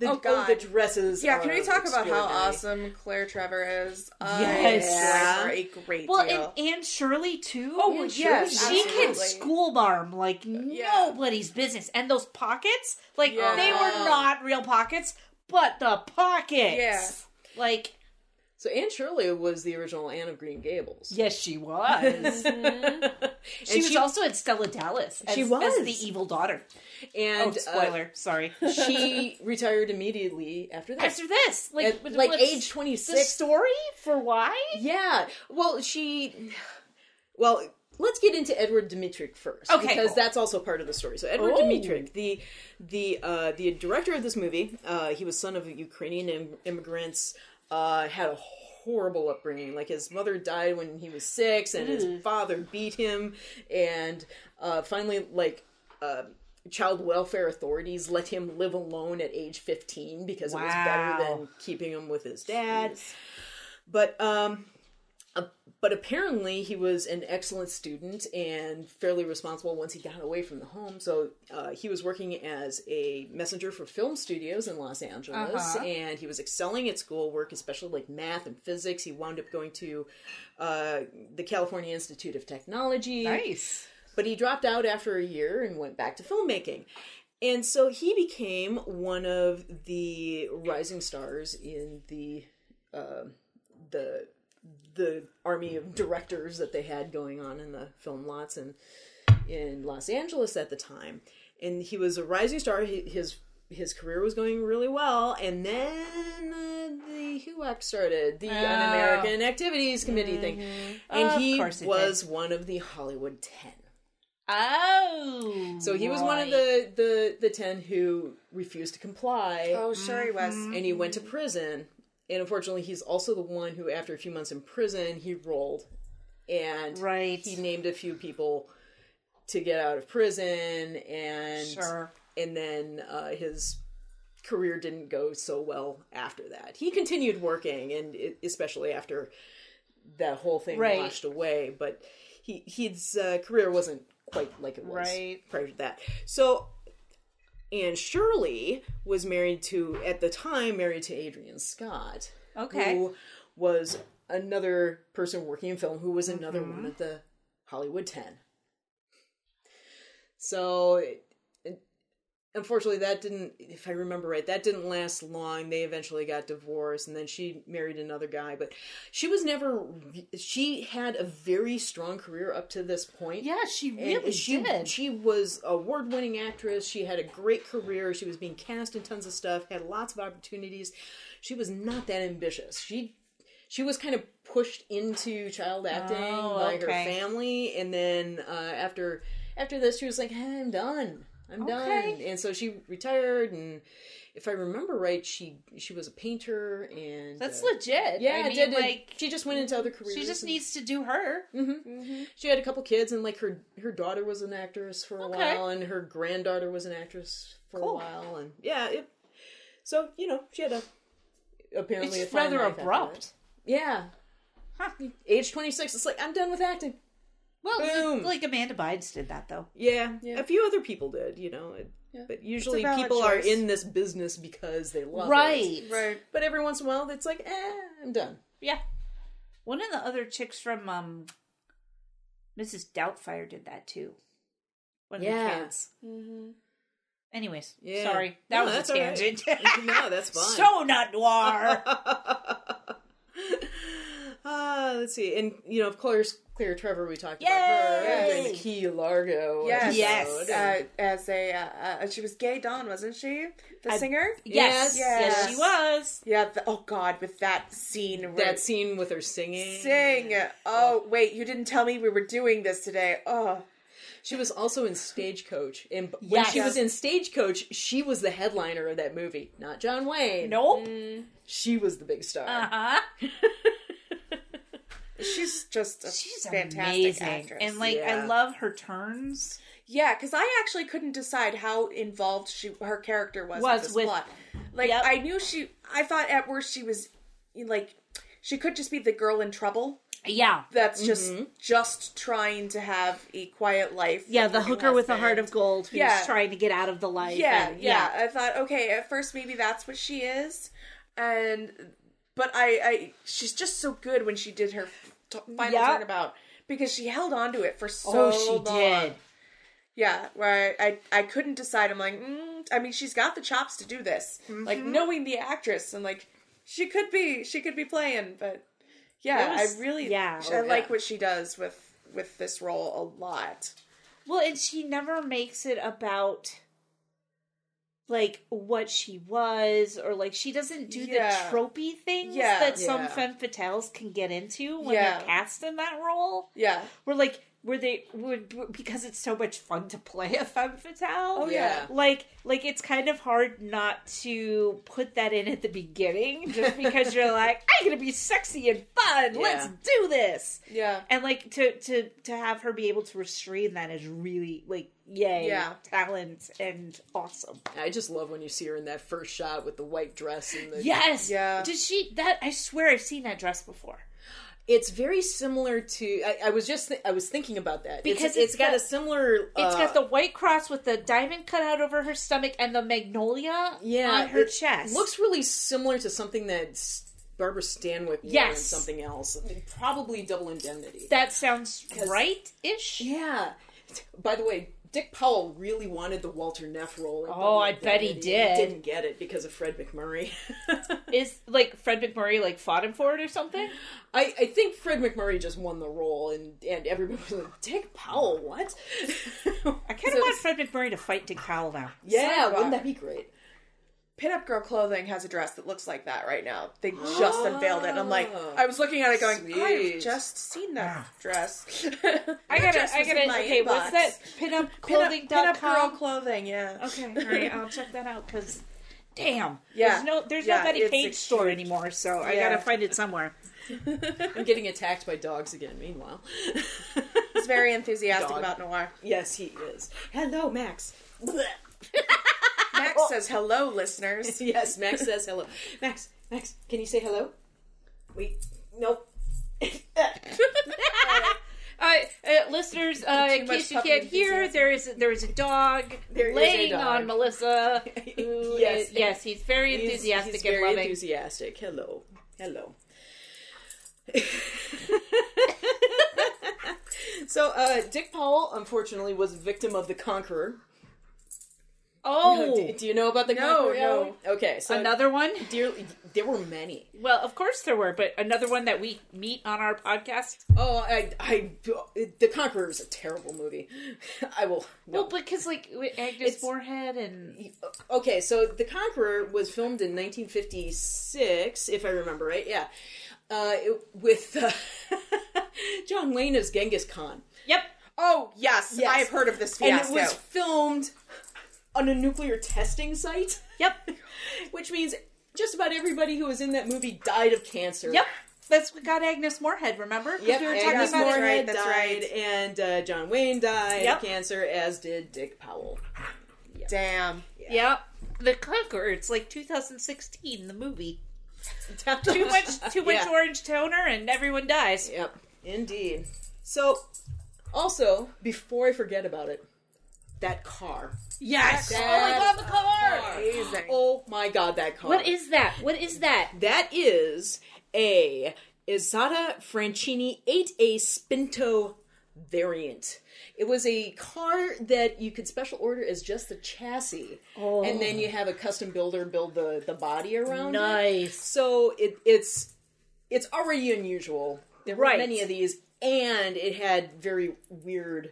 Speaker 2: the,
Speaker 3: Oh, God.
Speaker 2: the dresses.
Speaker 3: Yeah, can we
Speaker 4: Oh,
Speaker 2: are
Speaker 3: talk about
Speaker 2: extraordinary.
Speaker 3: how awesome Claire Trevor is? I
Speaker 4: Yes.
Speaker 3: like her a great
Speaker 4: Well,
Speaker 3: deal.
Speaker 4: and, and Shirley too.
Speaker 3: Oh, well,
Speaker 4: And
Speaker 3: yes,
Speaker 4: Shirley- she can
Speaker 3: absolutely.
Speaker 4: school barm like nobody's business. And those pockets, like
Speaker 3: Yeah.
Speaker 4: they were not real pockets, but the pockets.
Speaker 3: Yeah.
Speaker 4: Like
Speaker 2: So Anne Shirley was the original Anne of Green Gables.
Speaker 4: yes, she was. she was
Speaker 2: Mm-hmm. she-
Speaker 4: also in Stella Dallas. As,
Speaker 2: She
Speaker 4: as
Speaker 2: was.
Speaker 4: the evil daughter.
Speaker 2: And
Speaker 4: oh, spoiler. Sorry.
Speaker 2: uh, she retired immediately after that.
Speaker 4: After this, like
Speaker 2: At,
Speaker 4: what-
Speaker 2: like
Speaker 4: what's
Speaker 2: age twenty
Speaker 4: the
Speaker 2: six.
Speaker 4: story for why?
Speaker 2: Yeah. Well, she. Well, let's get into Edward Dimitrik first,
Speaker 4: Okay.
Speaker 2: because that's also part of the story. So Edward
Speaker 4: Oh.
Speaker 2: Dmytryk, the the uh, the director of this movie, uh, he was son of Ukrainian Im- immigrants, uh, had a horrible upbringing. Like his mother died when he was six, and
Speaker 4: Mm.
Speaker 2: his father beat him, and uh, finally, like. Uh, Child welfare authorities let him live alone at age 15 because it was better
Speaker 4: Wow.
Speaker 2: than keeping him with his dad but um uh, but apparently he was an excellent student and fairly responsible once he got away from the home so uh, he was working as a messenger for film studios in los angeles
Speaker 4: Uh-huh.
Speaker 2: and he was excelling at schoolwork especially like math and physics he wound up going to uh, the california institute of technology
Speaker 4: Nice.
Speaker 2: but he dropped out after a year and went back to filmmaking. And so he became one of the rising stars in the um the the army of directors that they had going on in the film lots and in Los Angeles at the time. And he was a rising star. He- His his career was going really well, and then uh, the the HUAC started, the Un-American Activities Committee thing, and
Speaker 4: Mm-hmm. Of
Speaker 2: he
Speaker 4: course it
Speaker 2: was one of the Hollywood Ten.
Speaker 4: Oh.
Speaker 2: So he was one of the the the ten who refused to comply,
Speaker 3: Oh, sure he was.
Speaker 2: and he
Speaker 4: mm-hmm.
Speaker 2: went to prison. And unfortunately, he's also the one who, after a few months in prison, he rolled, and
Speaker 4: Right.
Speaker 2: he named a few people to get out of prison, and
Speaker 4: Sure.
Speaker 2: and then uh, his career didn't go so well after that. He continued working, and it, especially after that whole thing
Speaker 4: Right.
Speaker 2: washed away, but he his uh, career wasn't quite like it was
Speaker 4: Right.
Speaker 2: prior to that. So, Anne Shirley was married to at the time married to Adrian Scott,
Speaker 4: Okay.
Speaker 2: who was another person working in film who was another one of the Hollywood Ten. So, it- it- unfortunately, that didn't, if I remember right, that didn't last long. They eventually got divorced and then she married another guy. But she was never, re- she had a very strong career up to this point.
Speaker 4: Yeah, she
Speaker 2: And
Speaker 4: really
Speaker 2: she,
Speaker 4: did.
Speaker 2: She was award winning actress. She had a great career. She was being cast in tons of stuff, had lots of opportunities. She was not that ambitious. She she was kind of pushed into child acting
Speaker 4: Oh,
Speaker 2: by
Speaker 4: okay.
Speaker 2: her family and then uh, after after this she was like, "Hey, I'm done. I'm done.
Speaker 4: Okay.
Speaker 2: And so she retired and if I remember right, she she was a painter and
Speaker 4: That's
Speaker 2: uh,
Speaker 4: legit.
Speaker 2: yeah,
Speaker 4: I mean,
Speaker 2: did,
Speaker 4: like
Speaker 2: she just went into other careers.
Speaker 4: she just
Speaker 2: and-
Speaker 4: needs to do her.
Speaker 2: she had a couple kids and like her her daughter was an actress for a
Speaker 4: Okay.
Speaker 2: while and her granddaughter was an actress for a
Speaker 4: Cool.
Speaker 2: while and yeah it so you know she had a apparently
Speaker 4: It's
Speaker 2: a
Speaker 4: just
Speaker 2: fine
Speaker 4: rather
Speaker 2: life after
Speaker 4: abrupt.
Speaker 2: that. yeah
Speaker 4: Huh.
Speaker 2: age 26 it's like i'm done with acting
Speaker 4: Well,
Speaker 2: Boom.
Speaker 4: like, like Amanda Bynes did that though.
Speaker 2: yeah,
Speaker 3: Yeah.
Speaker 2: a few other people did you know it, but usually
Speaker 3: valid
Speaker 2: people are
Speaker 3: choice.
Speaker 2: in this business because they love it.
Speaker 3: Right.
Speaker 2: but every once in a while it's like eh, i'm done
Speaker 4: Yeah. One of the other chicks from um Mrs. Doubtfire did that too. One of
Speaker 2: Yeah.
Speaker 4: the kids. Anyways,
Speaker 2: Yeah.
Speaker 4: sorry. That
Speaker 2: No,
Speaker 4: was
Speaker 2: that's
Speaker 4: a
Speaker 2: all right.
Speaker 4: tangent.
Speaker 2: no that's fine
Speaker 4: so not noir.
Speaker 2: Uh, let's see, and you know, of course, Claire Trevor. We talked about her
Speaker 4: Yay!
Speaker 2: during the Key Largo.
Speaker 3: Yes.
Speaker 4: Yes.
Speaker 2: episode.
Speaker 3: Uh, as a, uh, uh, she was gay Dawn, wasn't she? The singer?
Speaker 4: yes, yes,
Speaker 3: Yes.
Speaker 4: she was.
Speaker 3: Yeah. The, oh, God, with that scene.
Speaker 4: uh,
Speaker 3: where-
Speaker 2: that scene with her singing.
Speaker 3: Sing. Oh, wait, you didn't tell me we were doing this today. Oh.
Speaker 2: She was also in Stagecoach, and b- when
Speaker 4: Yes.
Speaker 2: she was in Stagecoach, she was the headliner of that movie, not John Wayne.
Speaker 4: Nope.
Speaker 2: she was the big star.
Speaker 4: Uh-huh.
Speaker 3: She's just a
Speaker 4: She's
Speaker 3: fantastic
Speaker 4: amazing.
Speaker 3: actress.
Speaker 4: And like
Speaker 2: Yeah.
Speaker 4: I love her turns.
Speaker 3: yeah, because I actually couldn't decide how involved she her character was,
Speaker 4: Was
Speaker 3: with this
Speaker 4: with-
Speaker 3: plot. Like
Speaker 4: Yep.
Speaker 3: I knew she. I thought at worst she was like she could just be the girl in trouble
Speaker 4: Yeah.
Speaker 3: that's just
Speaker 4: Mm-hmm.
Speaker 3: just trying to have a quiet life.
Speaker 4: Yeah,
Speaker 3: with
Speaker 4: the
Speaker 3: her
Speaker 4: hooker with a
Speaker 3: husband.
Speaker 4: heart of gold who's
Speaker 3: Yeah.
Speaker 4: trying to get out of the life.
Speaker 3: Yeah,
Speaker 4: and-
Speaker 3: yeah, I thought okay, at first maybe that's what she is, and but I, I she's just so good when she did her t- final
Speaker 4: Yeah.
Speaker 3: turnabout because she held on to it for so
Speaker 4: Oh,
Speaker 3: long.
Speaker 4: she did.
Speaker 3: Yeah, where I, I I couldn't decide. I'm like, mm, I mean, she's got the chops to do this. Like
Speaker 4: Mm-hmm.
Speaker 3: knowing the actress, and like she could be she could be playing, but yeah,
Speaker 4: It was-
Speaker 3: I really
Speaker 4: yeah.
Speaker 3: I
Speaker 4: Oh,
Speaker 3: like what she does with with this role a lot.
Speaker 4: Well, and she never makes it about like what she was or like she doesn't do
Speaker 3: Yeah.
Speaker 4: the tropey things
Speaker 3: Yeah.
Speaker 4: that some
Speaker 2: Yeah.
Speaker 4: femme fatales can get into when
Speaker 3: Yeah.
Speaker 4: they're cast in that role.
Speaker 3: Yeah,
Speaker 4: Where like where they would because it's so much fun to play a femme fatale.
Speaker 3: Oh, yeah.
Speaker 4: Like like it's kind of hard not to put that in at the beginning just because you're like, I'm gonna be sexy and fun. Let's
Speaker 2: Yeah.
Speaker 4: do this
Speaker 3: yeah,
Speaker 4: and like to to to have her be able to restrain that is really like yay
Speaker 3: Yeah.
Speaker 4: talent and awesome
Speaker 2: I just love when you see her in that first shot with the white dress and the
Speaker 4: yes
Speaker 3: Yeah.
Speaker 4: did she that i swear i've seen that dress before
Speaker 2: It's very similar to. I, I was just. Th- I was thinking about that
Speaker 4: Because
Speaker 2: it's
Speaker 4: it's
Speaker 2: got,
Speaker 4: got-
Speaker 2: a similar.
Speaker 4: It's
Speaker 2: uh,
Speaker 4: got the white cross with the diamond cut out over her stomach and the magnolia
Speaker 2: yeah
Speaker 4: on her
Speaker 2: it
Speaker 4: chest
Speaker 2: Looks really similar to something that S- Barbara Stanwyck wore in
Speaker 4: Yes.
Speaker 2: something else. Probably double indemnity.
Speaker 4: that sounds right ish
Speaker 2: yeah. By the way, Dick Powell really wanted the Walter Neff role. in
Speaker 4: Oh,
Speaker 2: Double
Speaker 4: I bet he
Speaker 2: Indemnity.
Speaker 4: did.
Speaker 2: He didn't get it because of Fred McMurray.
Speaker 4: is like fred mcmurray like fought him for it or something
Speaker 2: I, I think Fred McMurray just won the role, and, and everybody was like, Dick Powell, what? I
Speaker 4: i kind of want fred mcmurray to fight dick powell now
Speaker 2: Yeah,
Speaker 3: Sidebar.
Speaker 2: wouldn't that be great?
Speaker 3: Pinup Girl clothing has a dress that looks like that right now. They just unveiled it, and I'm like,
Speaker 4: Oh,
Speaker 3: I was looking at it, going,
Speaker 2: Sweet.
Speaker 3: I've just seen that dress.
Speaker 4: I gotta, I gotta. Okay, what's that?
Speaker 3: Pinup, pinup Girl
Speaker 4: Pinupclothing.com.
Speaker 3: clothing, yeah.
Speaker 4: Okay, all right, I'll check that out because, damn,
Speaker 3: Yeah.
Speaker 4: there's no, there's
Speaker 3: Yeah,
Speaker 4: no Betty
Speaker 3: it's
Speaker 4: Page
Speaker 3: a
Speaker 4: store anymore, so I
Speaker 3: Yeah.
Speaker 4: gotta find it somewhere.
Speaker 2: I'm getting attacked by dogs again. Meanwhile,
Speaker 3: He's very enthusiastic
Speaker 2: Dog.
Speaker 3: about noir.
Speaker 2: yes, he is. Hello, Max. Blech.
Speaker 3: Max says hello, listeners.
Speaker 2: yes, Max says hello. Max, Max, can you say hello? Wait, nope.
Speaker 4: Uh, uh, listeners, uh, in
Speaker 3: much
Speaker 4: case you
Speaker 3: puppy
Speaker 4: can't hear,
Speaker 3: enthusiasm.
Speaker 4: there is there is a dog
Speaker 2: There is a
Speaker 4: laying
Speaker 2: dog.
Speaker 4: on Melissa. who
Speaker 2: Yes.
Speaker 4: is- yes, he's very
Speaker 2: He's-
Speaker 4: enthusiastic
Speaker 2: he's
Speaker 4: and
Speaker 2: very
Speaker 4: loving.
Speaker 2: enthusiastic. Hello, hello. so, uh, Dick Powell, unfortunately, was a victim of the Conqueror.
Speaker 4: Oh,
Speaker 2: Do, do you know about the
Speaker 3: No,
Speaker 2: Conqueror?
Speaker 3: no.
Speaker 2: Alan? Okay, so
Speaker 4: another one.
Speaker 2: Dear, there were many.
Speaker 4: Well, of course there were, but another one that we meet on our podcast.
Speaker 2: Oh, I, I, The Conqueror is a terrible movie. I will. No.
Speaker 4: Well, because like with Agnes Moorehead and
Speaker 2: okay, so The Conqueror was filmed in 1956, if I remember right. Yeah, uh, it, with uh, John Wayne as Genghis Khan,
Speaker 4: yep,
Speaker 3: Oh yes,
Speaker 2: Yes.
Speaker 3: I have heard of this
Speaker 2: and
Speaker 3: fiasco.
Speaker 2: it was filmed on a nuclear testing site,
Speaker 4: yep,
Speaker 2: which means just about everybody who was in that movie died of cancer.
Speaker 4: yep. That's what got Agnes Moorehead. Remember? 'Cause
Speaker 2: Yep,
Speaker 4: we were
Speaker 2: and
Speaker 4: talking
Speaker 2: Agnes
Speaker 4: about it.
Speaker 2: Moorehead
Speaker 3: Moorehead. That's
Speaker 2: died,
Speaker 3: right,
Speaker 2: and
Speaker 3: that's
Speaker 2: uh, John Wayne died
Speaker 4: Yep.
Speaker 2: of cancer, as did Dick Powell.
Speaker 3: Damn.
Speaker 4: Yep. The Conqueror. It's like 2016, the movie. Too much, too much
Speaker 2: Yeah.
Speaker 4: orange toner, and everyone dies.
Speaker 2: Yep, indeed. So, also, before I forget about it, that car.
Speaker 4: Yes. oh my
Speaker 2: Yes.
Speaker 4: God, the car.
Speaker 3: Amazing.
Speaker 2: Oh my god, that car.
Speaker 4: What is that? What is that?
Speaker 2: that? Is a Izzata Francini 8A Spinto variant. It was a car that you could special order as just the chassis,
Speaker 4: Oh.
Speaker 2: and then you have a custom builder build the the body around. it.
Speaker 4: Nice.
Speaker 2: So it, it's it's already unusual. There were
Speaker 4: Right.
Speaker 2: many of these, and it had very weird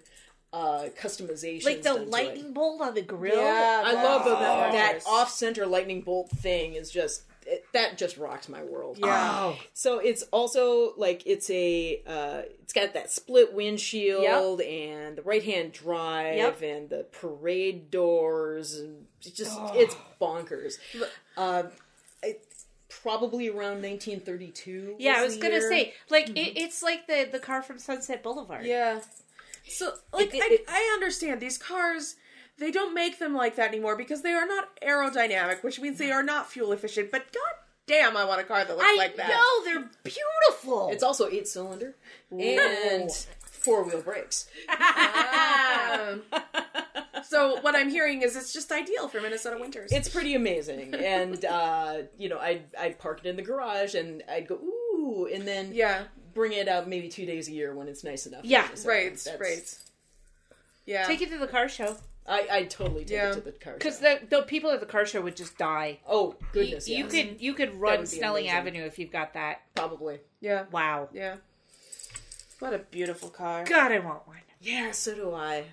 Speaker 2: uh, customizations.
Speaker 4: Like the
Speaker 2: done to it.
Speaker 4: lightning bolt on the grill.
Speaker 3: Yeah.
Speaker 2: I love that
Speaker 3: Oh.
Speaker 2: that off center lightning bolt thing is just it, that just rocks my world.
Speaker 3: Yeah.
Speaker 2: So it's also like it's a uh, it's got that split windshield and the right hand drive
Speaker 4: Yep.
Speaker 2: and the parade doors and it's just it's bonkers. Uh, it, probably around 1932.
Speaker 4: Yeah, I was
Speaker 2: the
Speaker 4: gonna
Speaker 2: year.
Speaker 4: say, like it, it's like the the car from Sunset Boulevard.
Speaker 3: Yeah. So, like,
Speaker 2: It-
Speaker 3: I,
Speaker 2: it-
Speaker 3: I understand these cars. They don't make them like that anymore because they are not aerodynamic, which means they are not fuel efficient. But god damn, I want a car that looks
Speaker 4: I
Speaker 3: like that.
Speaker 4: know they're beautiful.
Speaker 2: it's also eight cylinder and four wheel brakes.
Speaker 3: So what I'm hearing is it's just ideal for Minnesota winters.
Speaker 2: it's pretty amazing. And uh, you know, I'd I'd park it in the garage and I'd go ooh, and then
Speaker 3: yeah,
Speaker 2: bring it out maybe two days a year when it's nice enough.
Speaker 4: Yeah,
Speaker 2: So
Speaker 3: right,
Speaker 2: that's-
Speaker 3: right. Yeah,
Speaker 4: Take it to the car show
Speaker 2: I I totally take
Speaker 3: Yeah.
Speaker 2: it to the car
Speaker 4: because
Speaker 2: show.
Speaker 4: the the people at the car show would just die.
Speaker 2: oh goodness,
Speaker 4: you, you
Speaker 2: yes.
Speaker 4: could you could run
Speaker 2: would be
Speaker 4: Snelling
Speaker 2: amazing.
Speaker 4: Avenue if you've got that.
Speaker 2: probably.
Speaker 3: yeah,
Speaker 4: Wow.
Speaker 3: yeah. What a beautiful car.
Speaker 4: God, I want one.
Speaker 2: Yeah, so do I.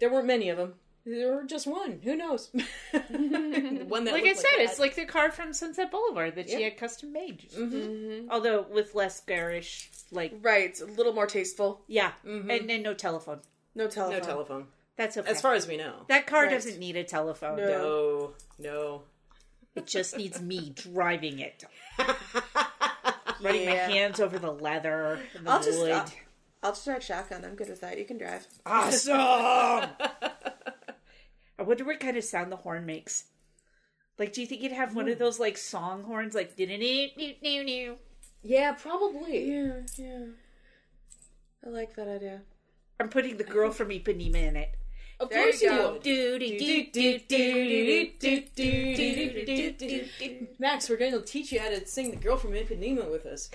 Speaker 2: There weren't many of them. There were just one. Who knows? one that
Speaker 4: Like I
Speaker 2: looked
Speaker 4: said, it's
Speaker 2: that.
Speaker 4: like the car from Sunset Boulevard that she
Speaker 2: Yeah.
Speaker 4: had custom made, Mm-hmm.
Speaker 3: Mm-hmm.
Speaker 4: although with less garish. Like
Speaker 3: Right, it's a little more tasteful.
Speaker 4: yeah,
Speaker 3: Mm-hmm.
Speaker 4: and then no telephone.
Speaker 3: No telephone.
Speaker 2: no telephone.
Speaker 4: That's okay.
Speaker 2: As far as we know.
Speaker 4: that car
Speaker 3: Right.
Speaker 4: doesn't need a telephone.
Speaker 3: No.
Speaker 2: No, no.
Speaker 4: It just needs me driving it. Running my
Speaker 3: Yeah.
Speaker 4: hands over the leather and the
Speaker 3: I'll just uh,
Speaker 4: wood.
Speaker 3: I'll, I'll just drive shotgun. I'm good with that. You can drive.
Speaker 4: Awesome! I wonder what kind of sound the horn makes. Like, do you think you'd have
Speaker 3: Hmm.
Speaker 4: one of those like song horns, like did it?
Speaker 2: Yeah, probably.
Speaker 3: Yeah, yeah. I like that idea.
Speaker 4: I'm putting the girl from Ipanema in it.
Speaker 2: Of
Speaker 3: There
Speaker 2: course
Speaker 3: you
Speaker 2: you
Speaker 3: go.
Speaker 2: would.
Speaker 4: Do do do do do do do do do do do.
Speaker 2: Max, we're going to teach you how to sing The Girl from Ipanema with us.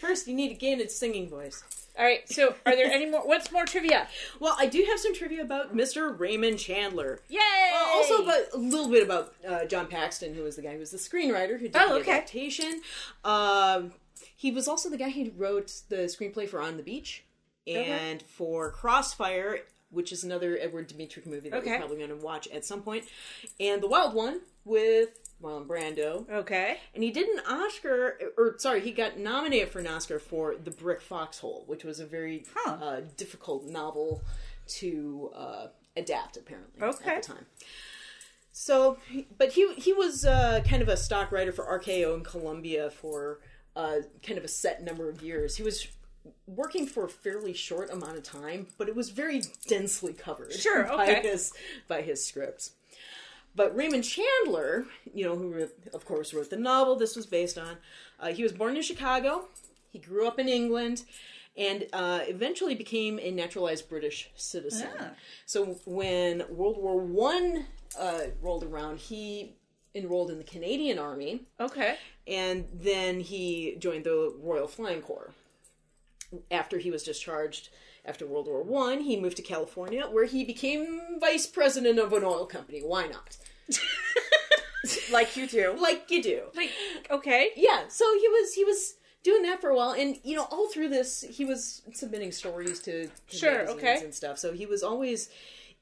Speaker 2: First, you need to gain its singing voice.
Speaker 4: All right. So, are there any more? What's more trivia?
Speaker 2: Well, I do have some trivia about Mr. Raymond Chandler.
Speaker 4: Yay!
Speaker 2: Well, also, but a little bit about uh, John Paxton, who was the guy who was the screenwriter who did
Speaker 4: Oh,
Speaker 2: the
Speaker 4: okay.
Speaker 2: adaptation. Um, he was also the guy who wrote the screenplay for On the Beach and for Crossfire. which is another Edward Dimitri movie that
Speaker 4: Okay.
Speaker 2: we're probably going to watch at some point, and The Wild One with Marlon Brando.
Speaker 4: Okay.
Speaker 2: And he did an Oscar, or sorry, he got nominated for an Oscar for The Brick Foxhole, which was a very
Speaker 4: Huh.
Speaker 2: uh, difficult novel to uh, adapt, apparently,
Speaker 4: Okay.
Speaker 2: at the time. So, but he he was uh, kind of a stock writer for RKO in Columbia for uh, kind of a set number of years. He was working for a fairly short amount of time, but it was very densely covered.
Speaker 4: Sure,
Speaker 2: by
Speaker 4: okay.
Speaker 2: his by his scripts. But Raymond Chandler, you know, who wrote- of course wrote the novel this was based on, uh, he was born in Chicago. He grew up in England, and uh, eventually became a naturalized British citizen.
Speaker 4: Ah.
Speaker 2: So when World War One uh, rolled around, he enrolled in the Canadian Army,
Speaker 3: Okay.
Speaker 2: and then he joined the Royal Flying Corps. After he was discharged after World War One, he moved to California, where he became vice president of an oil company. Why not?
Speaker 3: Like you do.
Speaker 2: Like you do.
Speaker 4: Like, okay.
Speaker 2: yeah so he was he was doing that for a while and you know all through this he was submitting stories to, to
Speaker 4: Sure,
Speaker 2: magazines
Speaker 4: okay.
Speaker 2: and stuff so he was always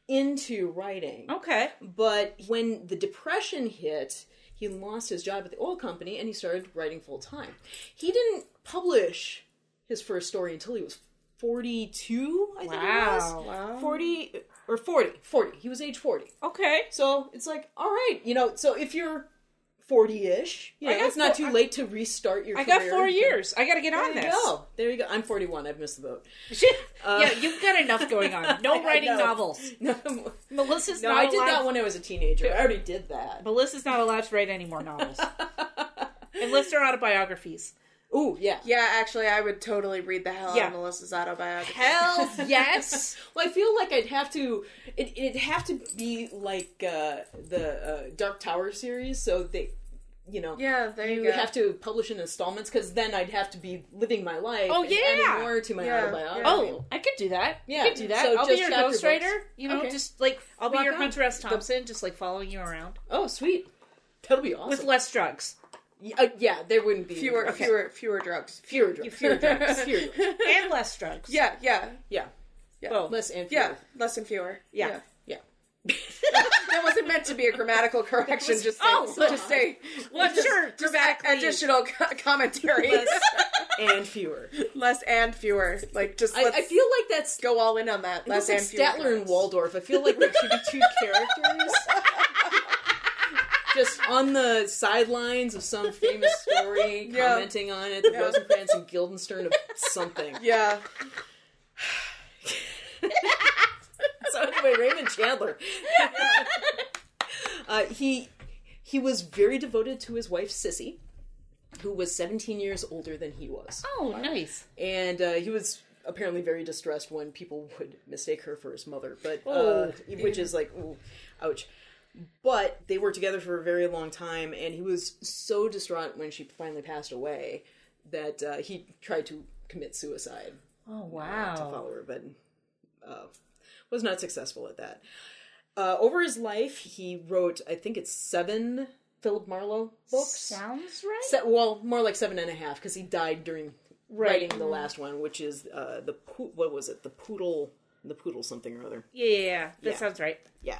Speaker 2: into writing
Speaker 4: Okay.
Speaker 2: but when the depression hit he lost his job at the oil company and he started writing full time he didn't publish his first story until he was 42 i think it was
Speaker 4: Wow.
Speaker 2: 40 or 40 40 he was age 40
Speaker 4: Okay.
Speaker 2: so it's like, all right, you know, so if you're 40 ish, you
Speaker 4: I
Speaker 2: know,
Speaker 4: got
Speaker 2: it's not
Speaker 4: four-
Speaker 2: too late to restart your
Speaker 4: I
Speaker 2: career.
Speaker 4: got four years. I got to get on
Speaker 2: There you
Speaker 4: this.
Speaker 2: go. There you go. I'm 41. I've missed the boat.
Speaker 4: yeah, you've got enough going on. No writing
Speaker 2: know.
Speaker 4: novels.
Speaker 2: No,
Speaker 4: Melissa's
Speaker 2: no
Speaker 4: not
Speaker 2: I did
Speaker 4: allowed.
Speaker 2: that when I was a teenager. I already did that.
Speaker 4: Melissa's not allowed to write any more novels, unless they're autobiographies.
Speaker 2: Ooh, yeah.
Speaker 3: Yeah, actually, I would totally read the hell
Speaker 4: Yeah.
Speaker 3: out of Melissa's autobiography.
Speaker 4: Hell yes.
Speaker 2: Well, I feel like I'd have to. It, it'd have to be like uh, the uh, Dark Tower series, so they, you know,
Speaker 3: Yeah, there you,
Speaker 2: you
Speaker 3: go.
Speaker 2: would have to publish in installments because then I'd have to be living my life.
Speaker 4: Oh,
Speaker 2: and
Speaker 4: yeah.
Speaker 2: adding more to my
Speaker 3: Yeah, yeah.
Speaker 2: autobiography.
Speaker 4: Oh, I could do that.
Speaker 2: Yeah,
Speaker 4: I could do that.
Speaker 2: so
Speaker 4: I'll be
Speaker 2: just
Speaker 4: your
Speaker 2: chapter
Speaker 4: ghostwriter.
Speaker 2: books.
Speaker 4: You know,
Speaker 2: Okay.
Speaker 4: just like I'll be
Speaker 2: Rock
Speaker 4: your
Speaker 2: on.
Speaker 4: Hunter S. Thompson, just like following you around
Speaker 2: oh, sweet. That'll be awesome.
Speaker 4: with less drugs
Speaker 2: Yeah, uh, yeah, there wouldn't be
Speaker 3: fewer, fewer, fewer drugs.
Speaker 2: fewer drugs.
Speaker 4: Fewer drugs.
Speaker 2: fewer drugs.
Speaker 4: and less drugs.
Speaker 3: Yeah, yeah,
Speaker 2: Yeah.
Speaker 3: yeah.
Speaker 2: Well, less and fewer.
Speaker 3: yeah, less and fewer.
Speaker 4: Yeah.
Speaker 2: Yeah.
Speaker 3: that wasn't meant to be a grammatical correction. Just say,
Speaker 4: Oh,
Speaker 3: just say,
Speaker 4: Well, sure,
Speaker 3: just
Speaker 4: grammatically.
Speaker 3: additional co- commentary. Less.
Speaker 4: Less-
Speaker 2: and fewer.
Speaker 3: and fewer. Like just
Speaker 2: I,
Speaker 3: let's
Speaker 2: I feel like that's
Speaker 3: go all in on that. Less
Speaker 2: that's like
Speaker 3: and fewer.
Speaker 2: Statler and
Speaker 3: drugs.
Speaker 2: Waldorf. I feel like there should be two characters just on the sidelines of some famous story,
Speaker 3: Yeah.
Speaker 2: commenting on it. The Rosencrantz and Guildenstern of something.
Speaker 3: Yeah,
Speaker 2: So anyway, Raymond Chandler. uh, he he was very devoted to his wife Sissy, who was 17 years older than he was,
Speaker 4: Oh, nice.
Speaker 2: and uh, he was apparently very distressed when people would mistake her for his mother, but uh,
Speaker 4: Oh.
Speaker 2: which is like, ooh, ouch. But they were together for a very long time, and he was so distraught when she finally passed away that uh, he tried to commit suicide
Speaker 4: Oh, wow.
Speaker 2: follower, but uh, was not successful at that. Uh, over his life, he wrote, I think it's seven Philip Marlowe books.
Speaker 4: Sounds right.
Speaker 2: Se- well, more like seven and a half, because he died during writing the last one, which is uh, the po- what was it? The poodle, the poodle something or other.
Speaker 4: yeah, yeah, yeah. That
Speaker 2: Yeah.
Speaker 4: sounds right.
Speaker 2: Yeah.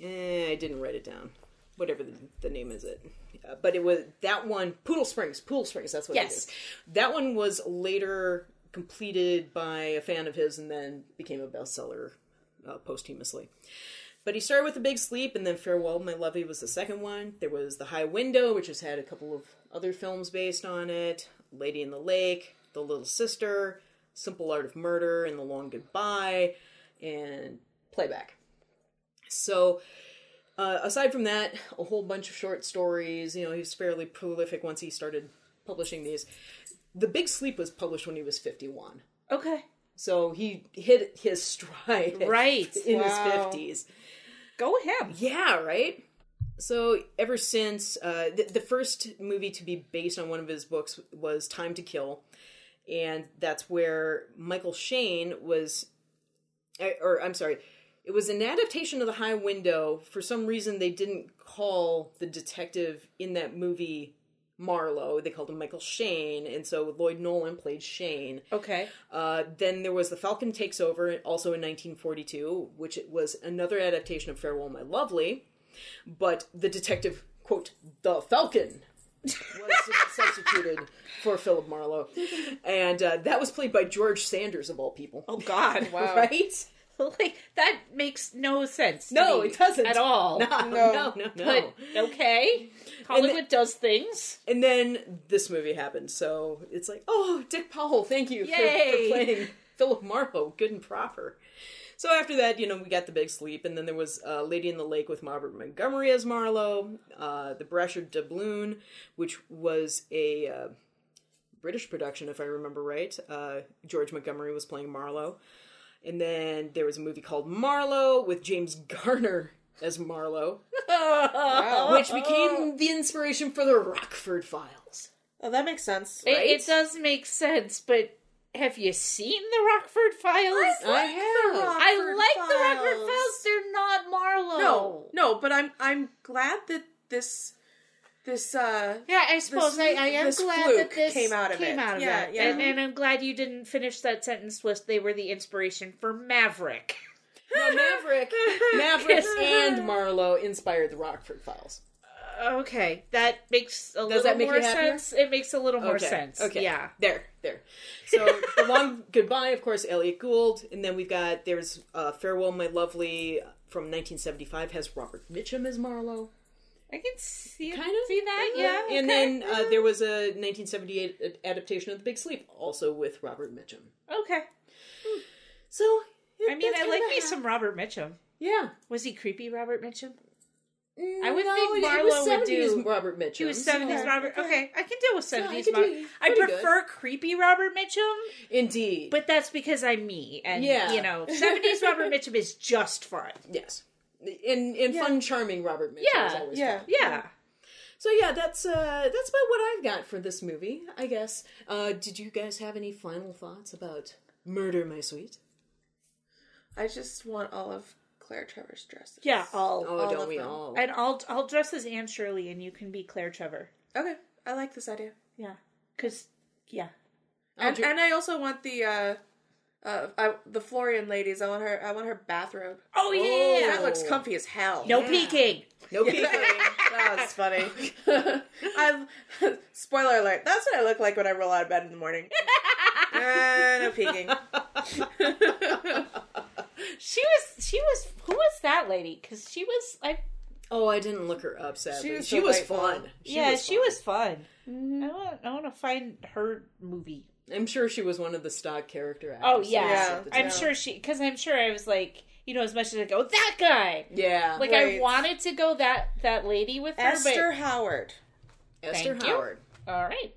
Speaker 2: Eh, I didn't write it down. Whatever the, the name is, it. Uh, but it was that one, Poodle Springs. Poodle Springs. That's what
Speaker 4: Yes.
Speaker 2: it is. That one was later completed by a fan of his, and then became a bestseller uh, posthumously. But he started with The Big Sleep, and then Farewell, My Lovey was the second one. There was The High Window, which has had a couple of other films based on it Lady in the Lake, The Little Sister, Simple Art of Murder, and The Long Goodbye, and Playback. So, uh, aside from that, a whole bunch of short stories. You know, he was fairly prolific once he started publishing these. The Big Sleep was published when he was 51.
Speaker 4: Okay.
Speaker 2: So he hit his stride
Speaker 4: Right.
Speaker 2: in
Speaker 3: Wow.
Speaker 2: his 50s.
Speaker 4: Go him.
Speaker 2: Yeah, right? So, ever since uh, the, the first movie to be based on one of his books was Time to Kill, and that's where Michael Shane was, eh, or I'm sorry, it was an adaptation of The High Window. For some reason, they didn't call the detective in that movie Marlowe. They called him Michael Shane, and so Lloyd Nolan played Shane.
Speaker 4: Okay.
Speaker 2: Uh, then there was The Falcon Takes Over, also in 1942, which it was another adaptation of Farewell My Lovely, but the detective, quote, The Falcon. was substituted for Philip Marlowe, and uh, that was played by George Sanders of all people.
Speaker 4: Oh God.
Speaker 3: Wow.
Speaker 2: Right?
Speaker 4: like that makes no sense. to
Speaker 2: No,
Speaker 4: me
Speaker 2: it doesn't.
Speaker 4: at all.
Speaker 2: No, no, no, no.
Speaker 4: But okay, Hollywood does things.
Speaker 2: And then this movie happened, so it's like, oh, Dick Powell, thank you for, for
Speaker 4: Yay.
Speaker 2: playing Philip Marlowe, good and proper. So after that, you know, we got the big sleep, and then there was uh, Lady in the Lake with Robert Montgomery as Marlowe, uh, the Brasher Doubloon, which was a uh, British production, if I remember right. Uh, George Montgomery was playing Marlowe, and then there was a movie called Marlowe with James Garner as Marlowe, which became the inspiration for the Rockford Files.
Speaker 3: Oh, that makes sense.
Speaker 4: It,
Speaker 2: Right?
Speaker 4: it does make sense, but have you seen the Rockford Files?
Speaker 2: I have.
Speaker 4: I like the
Speaker 3: Files.
Speaker 4: Rockford Files. They're not Marlowe.
Speaker 3: No, no, but I'm I'm glad that this this uh
Speaker 4: Yeah, I suppose I, I am
Speaker 3: this
Speaker 4: glad
Speaker 3: fluke
Speaker 4: that this
Speaker 3: came out of it. Yeah,
Speaker 4: it.
Speaker 3: yeah.
Speaker 4: And, and I'm glad you didn't finish that sentence with they were the inspiration for Maverick.
Speaker 2: No, Maverick, Maverick, and Marlowe inspired the Rockford Files.
Speaker 4: Okay, that makes a little
Speaker 2: that make you
Speaker 4: more
Speaker 2: happier?
Speaker 4: sense. It makes a little more
Speaker 2: Okay,
Speaker 4: sense.
Speaker 2: Okay.
Speaker 4: Yeah.
Speaker 2: There. There. So the long goodbye, of course, Elliot Gould, and then we've got there's uh, farewell, my lovely, from 1975 has Robert Mitchum as Marlowe.
Speaker 4: I can see
Speaker 2: Kind of
Speaker 4: see that. Yeah.
Speaker 2: And
Speaker 4: okay.
Speaker 2: then uh, there was a 1978 ad- adaptation of The Big Sleep, also with Robert Mitchum.
Speaker 4: okay.
Speaker 2: So
Speaker 4: I mean,
Speaker 2: that's
Speaker 4: I like
Speaker 2: kinda
Speaker 4: me
Speaker 2: how-
Speaker 4: some Robert Mitchum.
Speaker 2: Yeah.
Speaker 4: Was he creepy, Robert Mitchum? I would
Speaker 2: No,
Speaker 4: think
Speaker 2: it- it
Speaker 4: Marlowe
Speaker 2: was
Speaker 4: would
Speaker 2: 70s
Speaker 4: do-
Speaker 2: Robert Mitchum.
Speaker 4: He was
Speaker 2: so-
Speaker 4: seventies Robert. Okay, I can deal with
Speaker 2: I
Speaker 4: seventies.
Speaker 2: could
Speaker 4: Robert.
Speaker 2: do
Speaker 4: I
Speaker 2: pretty good.
Speaker 4: prefer creepy Robert Mitchum,
Speaker 2: Indeed.
Speaker 4: but that's because I'm me, and
Speaker 2: Yeah.
Speaker 4: you know, seventies Robert Mitchum is just fun.
Speaker 2: Yes. And and fun, charming Robert Mitchum is
Speaker 4: Yeah,
Speaker 2: always
Speaker 3: yeah.
Speaker 2: fun.
Speaker 4: Yeah.
Speaker 2: So yeah, that's uh that's about what I've got for this movie, I guess. Uh did you guys have any final thoughts about Murder My Sweet?
Speaker 3: I just want all of Claire Trevor's dresses.
Speaker 4: Yeah, all
Speaker 2: Oh,
Speaker 3: All
Speaker 2: don't
Speaker 3: of
Speaker 2: we
Speaker 3: them.
Speaker 2: all?
Speaker 4: and I'll I'll dress as Anne Shirley, and you can be Claire Trevor.
Speaker 3: Okay. I like this idea.
Speaker 4: Yeah, because yeah,
Speaker 2: I'll
Speaker 3: And
Speaker 2: do-
Speaker 3: and I also want the uh uh I, the Florian ladies. I want her I want her bathrobe.
Speaker 4: oh yeah,
Speaker 3: That looks comfy as hell.
Speaker 4: no peeking.
Speaker 2: no peeking.
Speaker 3: that was funny. I spoiler alert. That's what I look like when I roll out of bed in the morning. Uh, no peeking.
Speaker 4: She was she was who was that lady? Because she was I
Speaker 2: oh, I didn't look her up sadly. She
Speaker 3: She
Speaker 2: was,
Speaker 3: was
Speaker 2: fun.
Speaker 3: delightful.
Speaker 4: yeah she
Speaker 2: fun.
Speaker 4: was fun. I want I want to find her movie.
Speaker 2: I'm sure she was one of the stock character
Speaker 4: Oh
Speaker 2: actors.
Speaker 4: yeah,
Speaker 3: Yeah,
Speaker 4: I'm
Speaker 3: yeah.
Speaker 4: sure she because I'm sure I was like you know as much as I go that guy
Speaker 2: Yeah.
Speaker 4: like I
Speaker 3: Right.
Speaker 4: wanted to go that that lady with her
Speaker 3: Esther Howard.
Speaker 2: Esther
Speaker 4: Thank you.
Speaker 2: Howard.
Speaker 4: but all right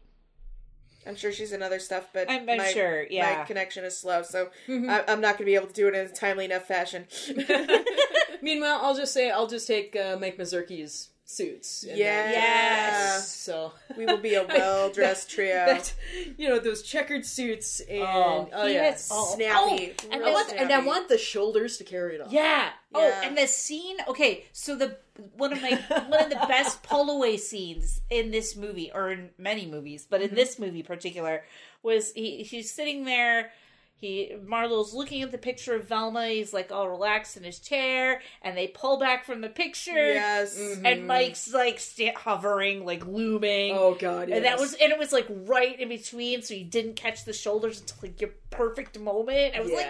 Speaker 3: I'm sure she's in other stuff, but
Speaker 4: I'm- I'm sure, yeah. Mm-hmm.
Speaker 3: my connection is slow, so I, I'm not going to be able to do it in a timely enough fashion.
Speaker 2: Meanwhile, I'll just say I'll just take uh, Mike Mazurki's suits. and then-
Speaker 4: Yes.
Speaker 2: So
Speaker 3: we will be a well dressed trio.
Speaker 2: that you know those checkered suits and
Speaker 4: oh,
Speaker 2: oh,
Speaker 4: he
Speaker 2: yeah.
Speaker 4: was all-
Speaker 3: Snappy.
Speaker 4: oh, and
Speaker 2: I
Speaker 3: Real
Speaker 2: want,
Speaker 4: then,
Speaker 2: and I want the shoulders to carry it off.
Speaker 4: yeah oh
Speaker 3: Yeah.
Speaker 4: and the scene okay so the one of my one of the best pull away scenes in this movie or in many movies but
Speaker 2: Mm-hmm.
Speaker 4: in this movie particular was he he's sitting there. He Marlowe's looking at the picture of Velma. He's like all relaxed in his chair, and they pull back from the picture.
Speaker 3: yes.
Speaker 4: and Mike's like sta hovering, like looming.
Speaker 2: Mm-hmm. Oh god, yes.
Speaker 4: And that was, and it was like right in between, so you didn't catch the shoulders until like your perfect moment. I was like,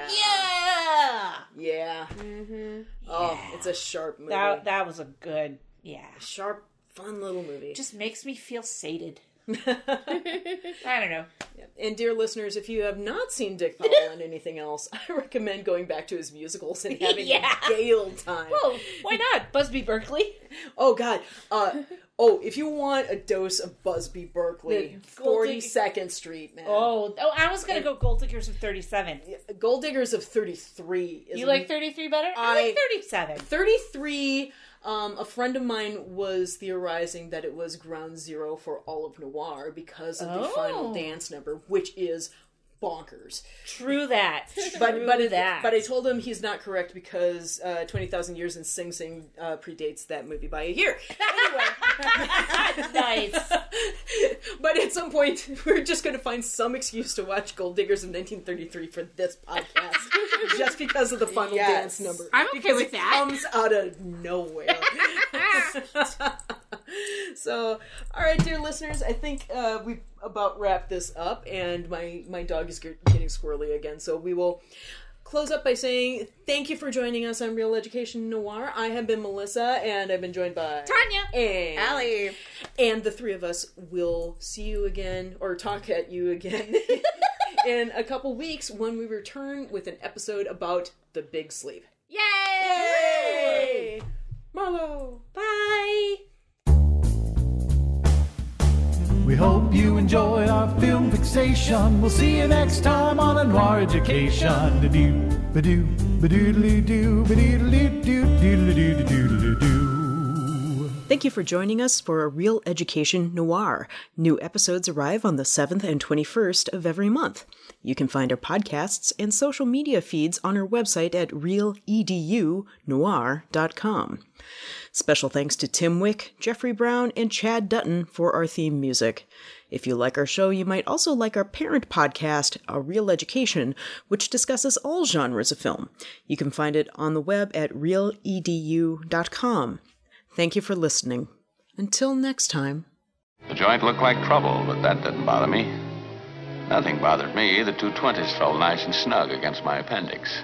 Speaker 2: Yeah.
Speaker 4: yeah,
Speaker 2: yeah. Oh, it's a sharp movie.
Speaker 4: that that was a good, yeah.
Speaker 2: sharp, fun little movie.
Speaker 4: Just makes me feel sated. I don't know.
Speaker 2: and dear listeners, if you have not seen Dick Powell in anything else, I recommend going back to his musicals and having
Speaker 4: Yeah.
Speaker 2: a gay old time.
Speaker 4: Oh, why not Busby Berkeley?
Speaker 2: Oh god. Uh, oh, if you want a dose of Busby Berkeley,
Speaker 4: The Gold
Speaker 2: Forty
Speaker 4: Dig-
Speaker 2: Second Street, man.
Speaker 4: Oh, oh, I was gonna go Gold Diggers of thirty seven.
Speaker 2: Gold Diggers of Thirty Three.
Speaker 4: You like thirty three better? I, like
Speaker 2: I-
Speaker 4: thirty seven.
Speaker 2: 33 um, a friend of mine was theorizing that it was ground zero for all of noir because of the
Speaker 4: Oh.
Speaker 2: final dance number which is bonkers.
Speaker 4: True that.
Speaker 2: But
Speaker 4: True
Speaker 2: but it-
Speaker 4: that.
Speaker 2: but I told him he's not correct because uh, Twenty Thousand Years in Sing Sing uh, predates that movie by a year.
Speaker 4: nice.
Speaker 2: but at some point, we're just going to find some excuse to watch Gold Diggers of 1933 for this podcast, just because of the final
Speaker 3: Yes.
Speaker 2: dance number.
Speaker 5: I'm okay
Speaker 2: Because
Speaker 5: with
Speaker 2: it
Speaker 5: that.
Speaker 2: Comes out of nowhere. so, all right, dear listeners, I think uh, we've about wrapped this up, and my my dog is get- getting squirrely again. So we will. Close up by saying thank you for joining us on Real Education Noir. I have been Melissa, and I've been joined by
Speaker 5: Tanya.
Speaker 2: and
Speaker 3: Allie.
Speaker 2: and the three of us will see you again or talk at you again in a couple weeks when we return with an episode about the big sleep.
Speaker 5: Yay!
Speaker 2: Marlo!
Speaker 4: Bye.
Speaker 1: We hope you enjoy our film fixation. We'll see you next time on a noir education. Da-doo, ba-doo, ba-doodly-doo, ba-doodly-doo, doodly-doo-doo-doo-doo.
Speaker 2: Thank you for joining us for a Real Education Noir. New episodes arrive on the 7th and 21st of every month. You can find our podcasts and social media feeds on our website at realedunoir.com. Special thanks to Tim Wick, Jeffrey Brown, and Chad Dutton for our theme music. If you like our show, you might also like our parent podcast, A Real Education, which discusses all genres of film. You can find it on the web at realedu.com. Thank you for listening. Until next time.
Speaker 6: The joint looked like trouble, but that didn't bother me. Nothing bothered me. The 220s felt nice and snug against my appendix.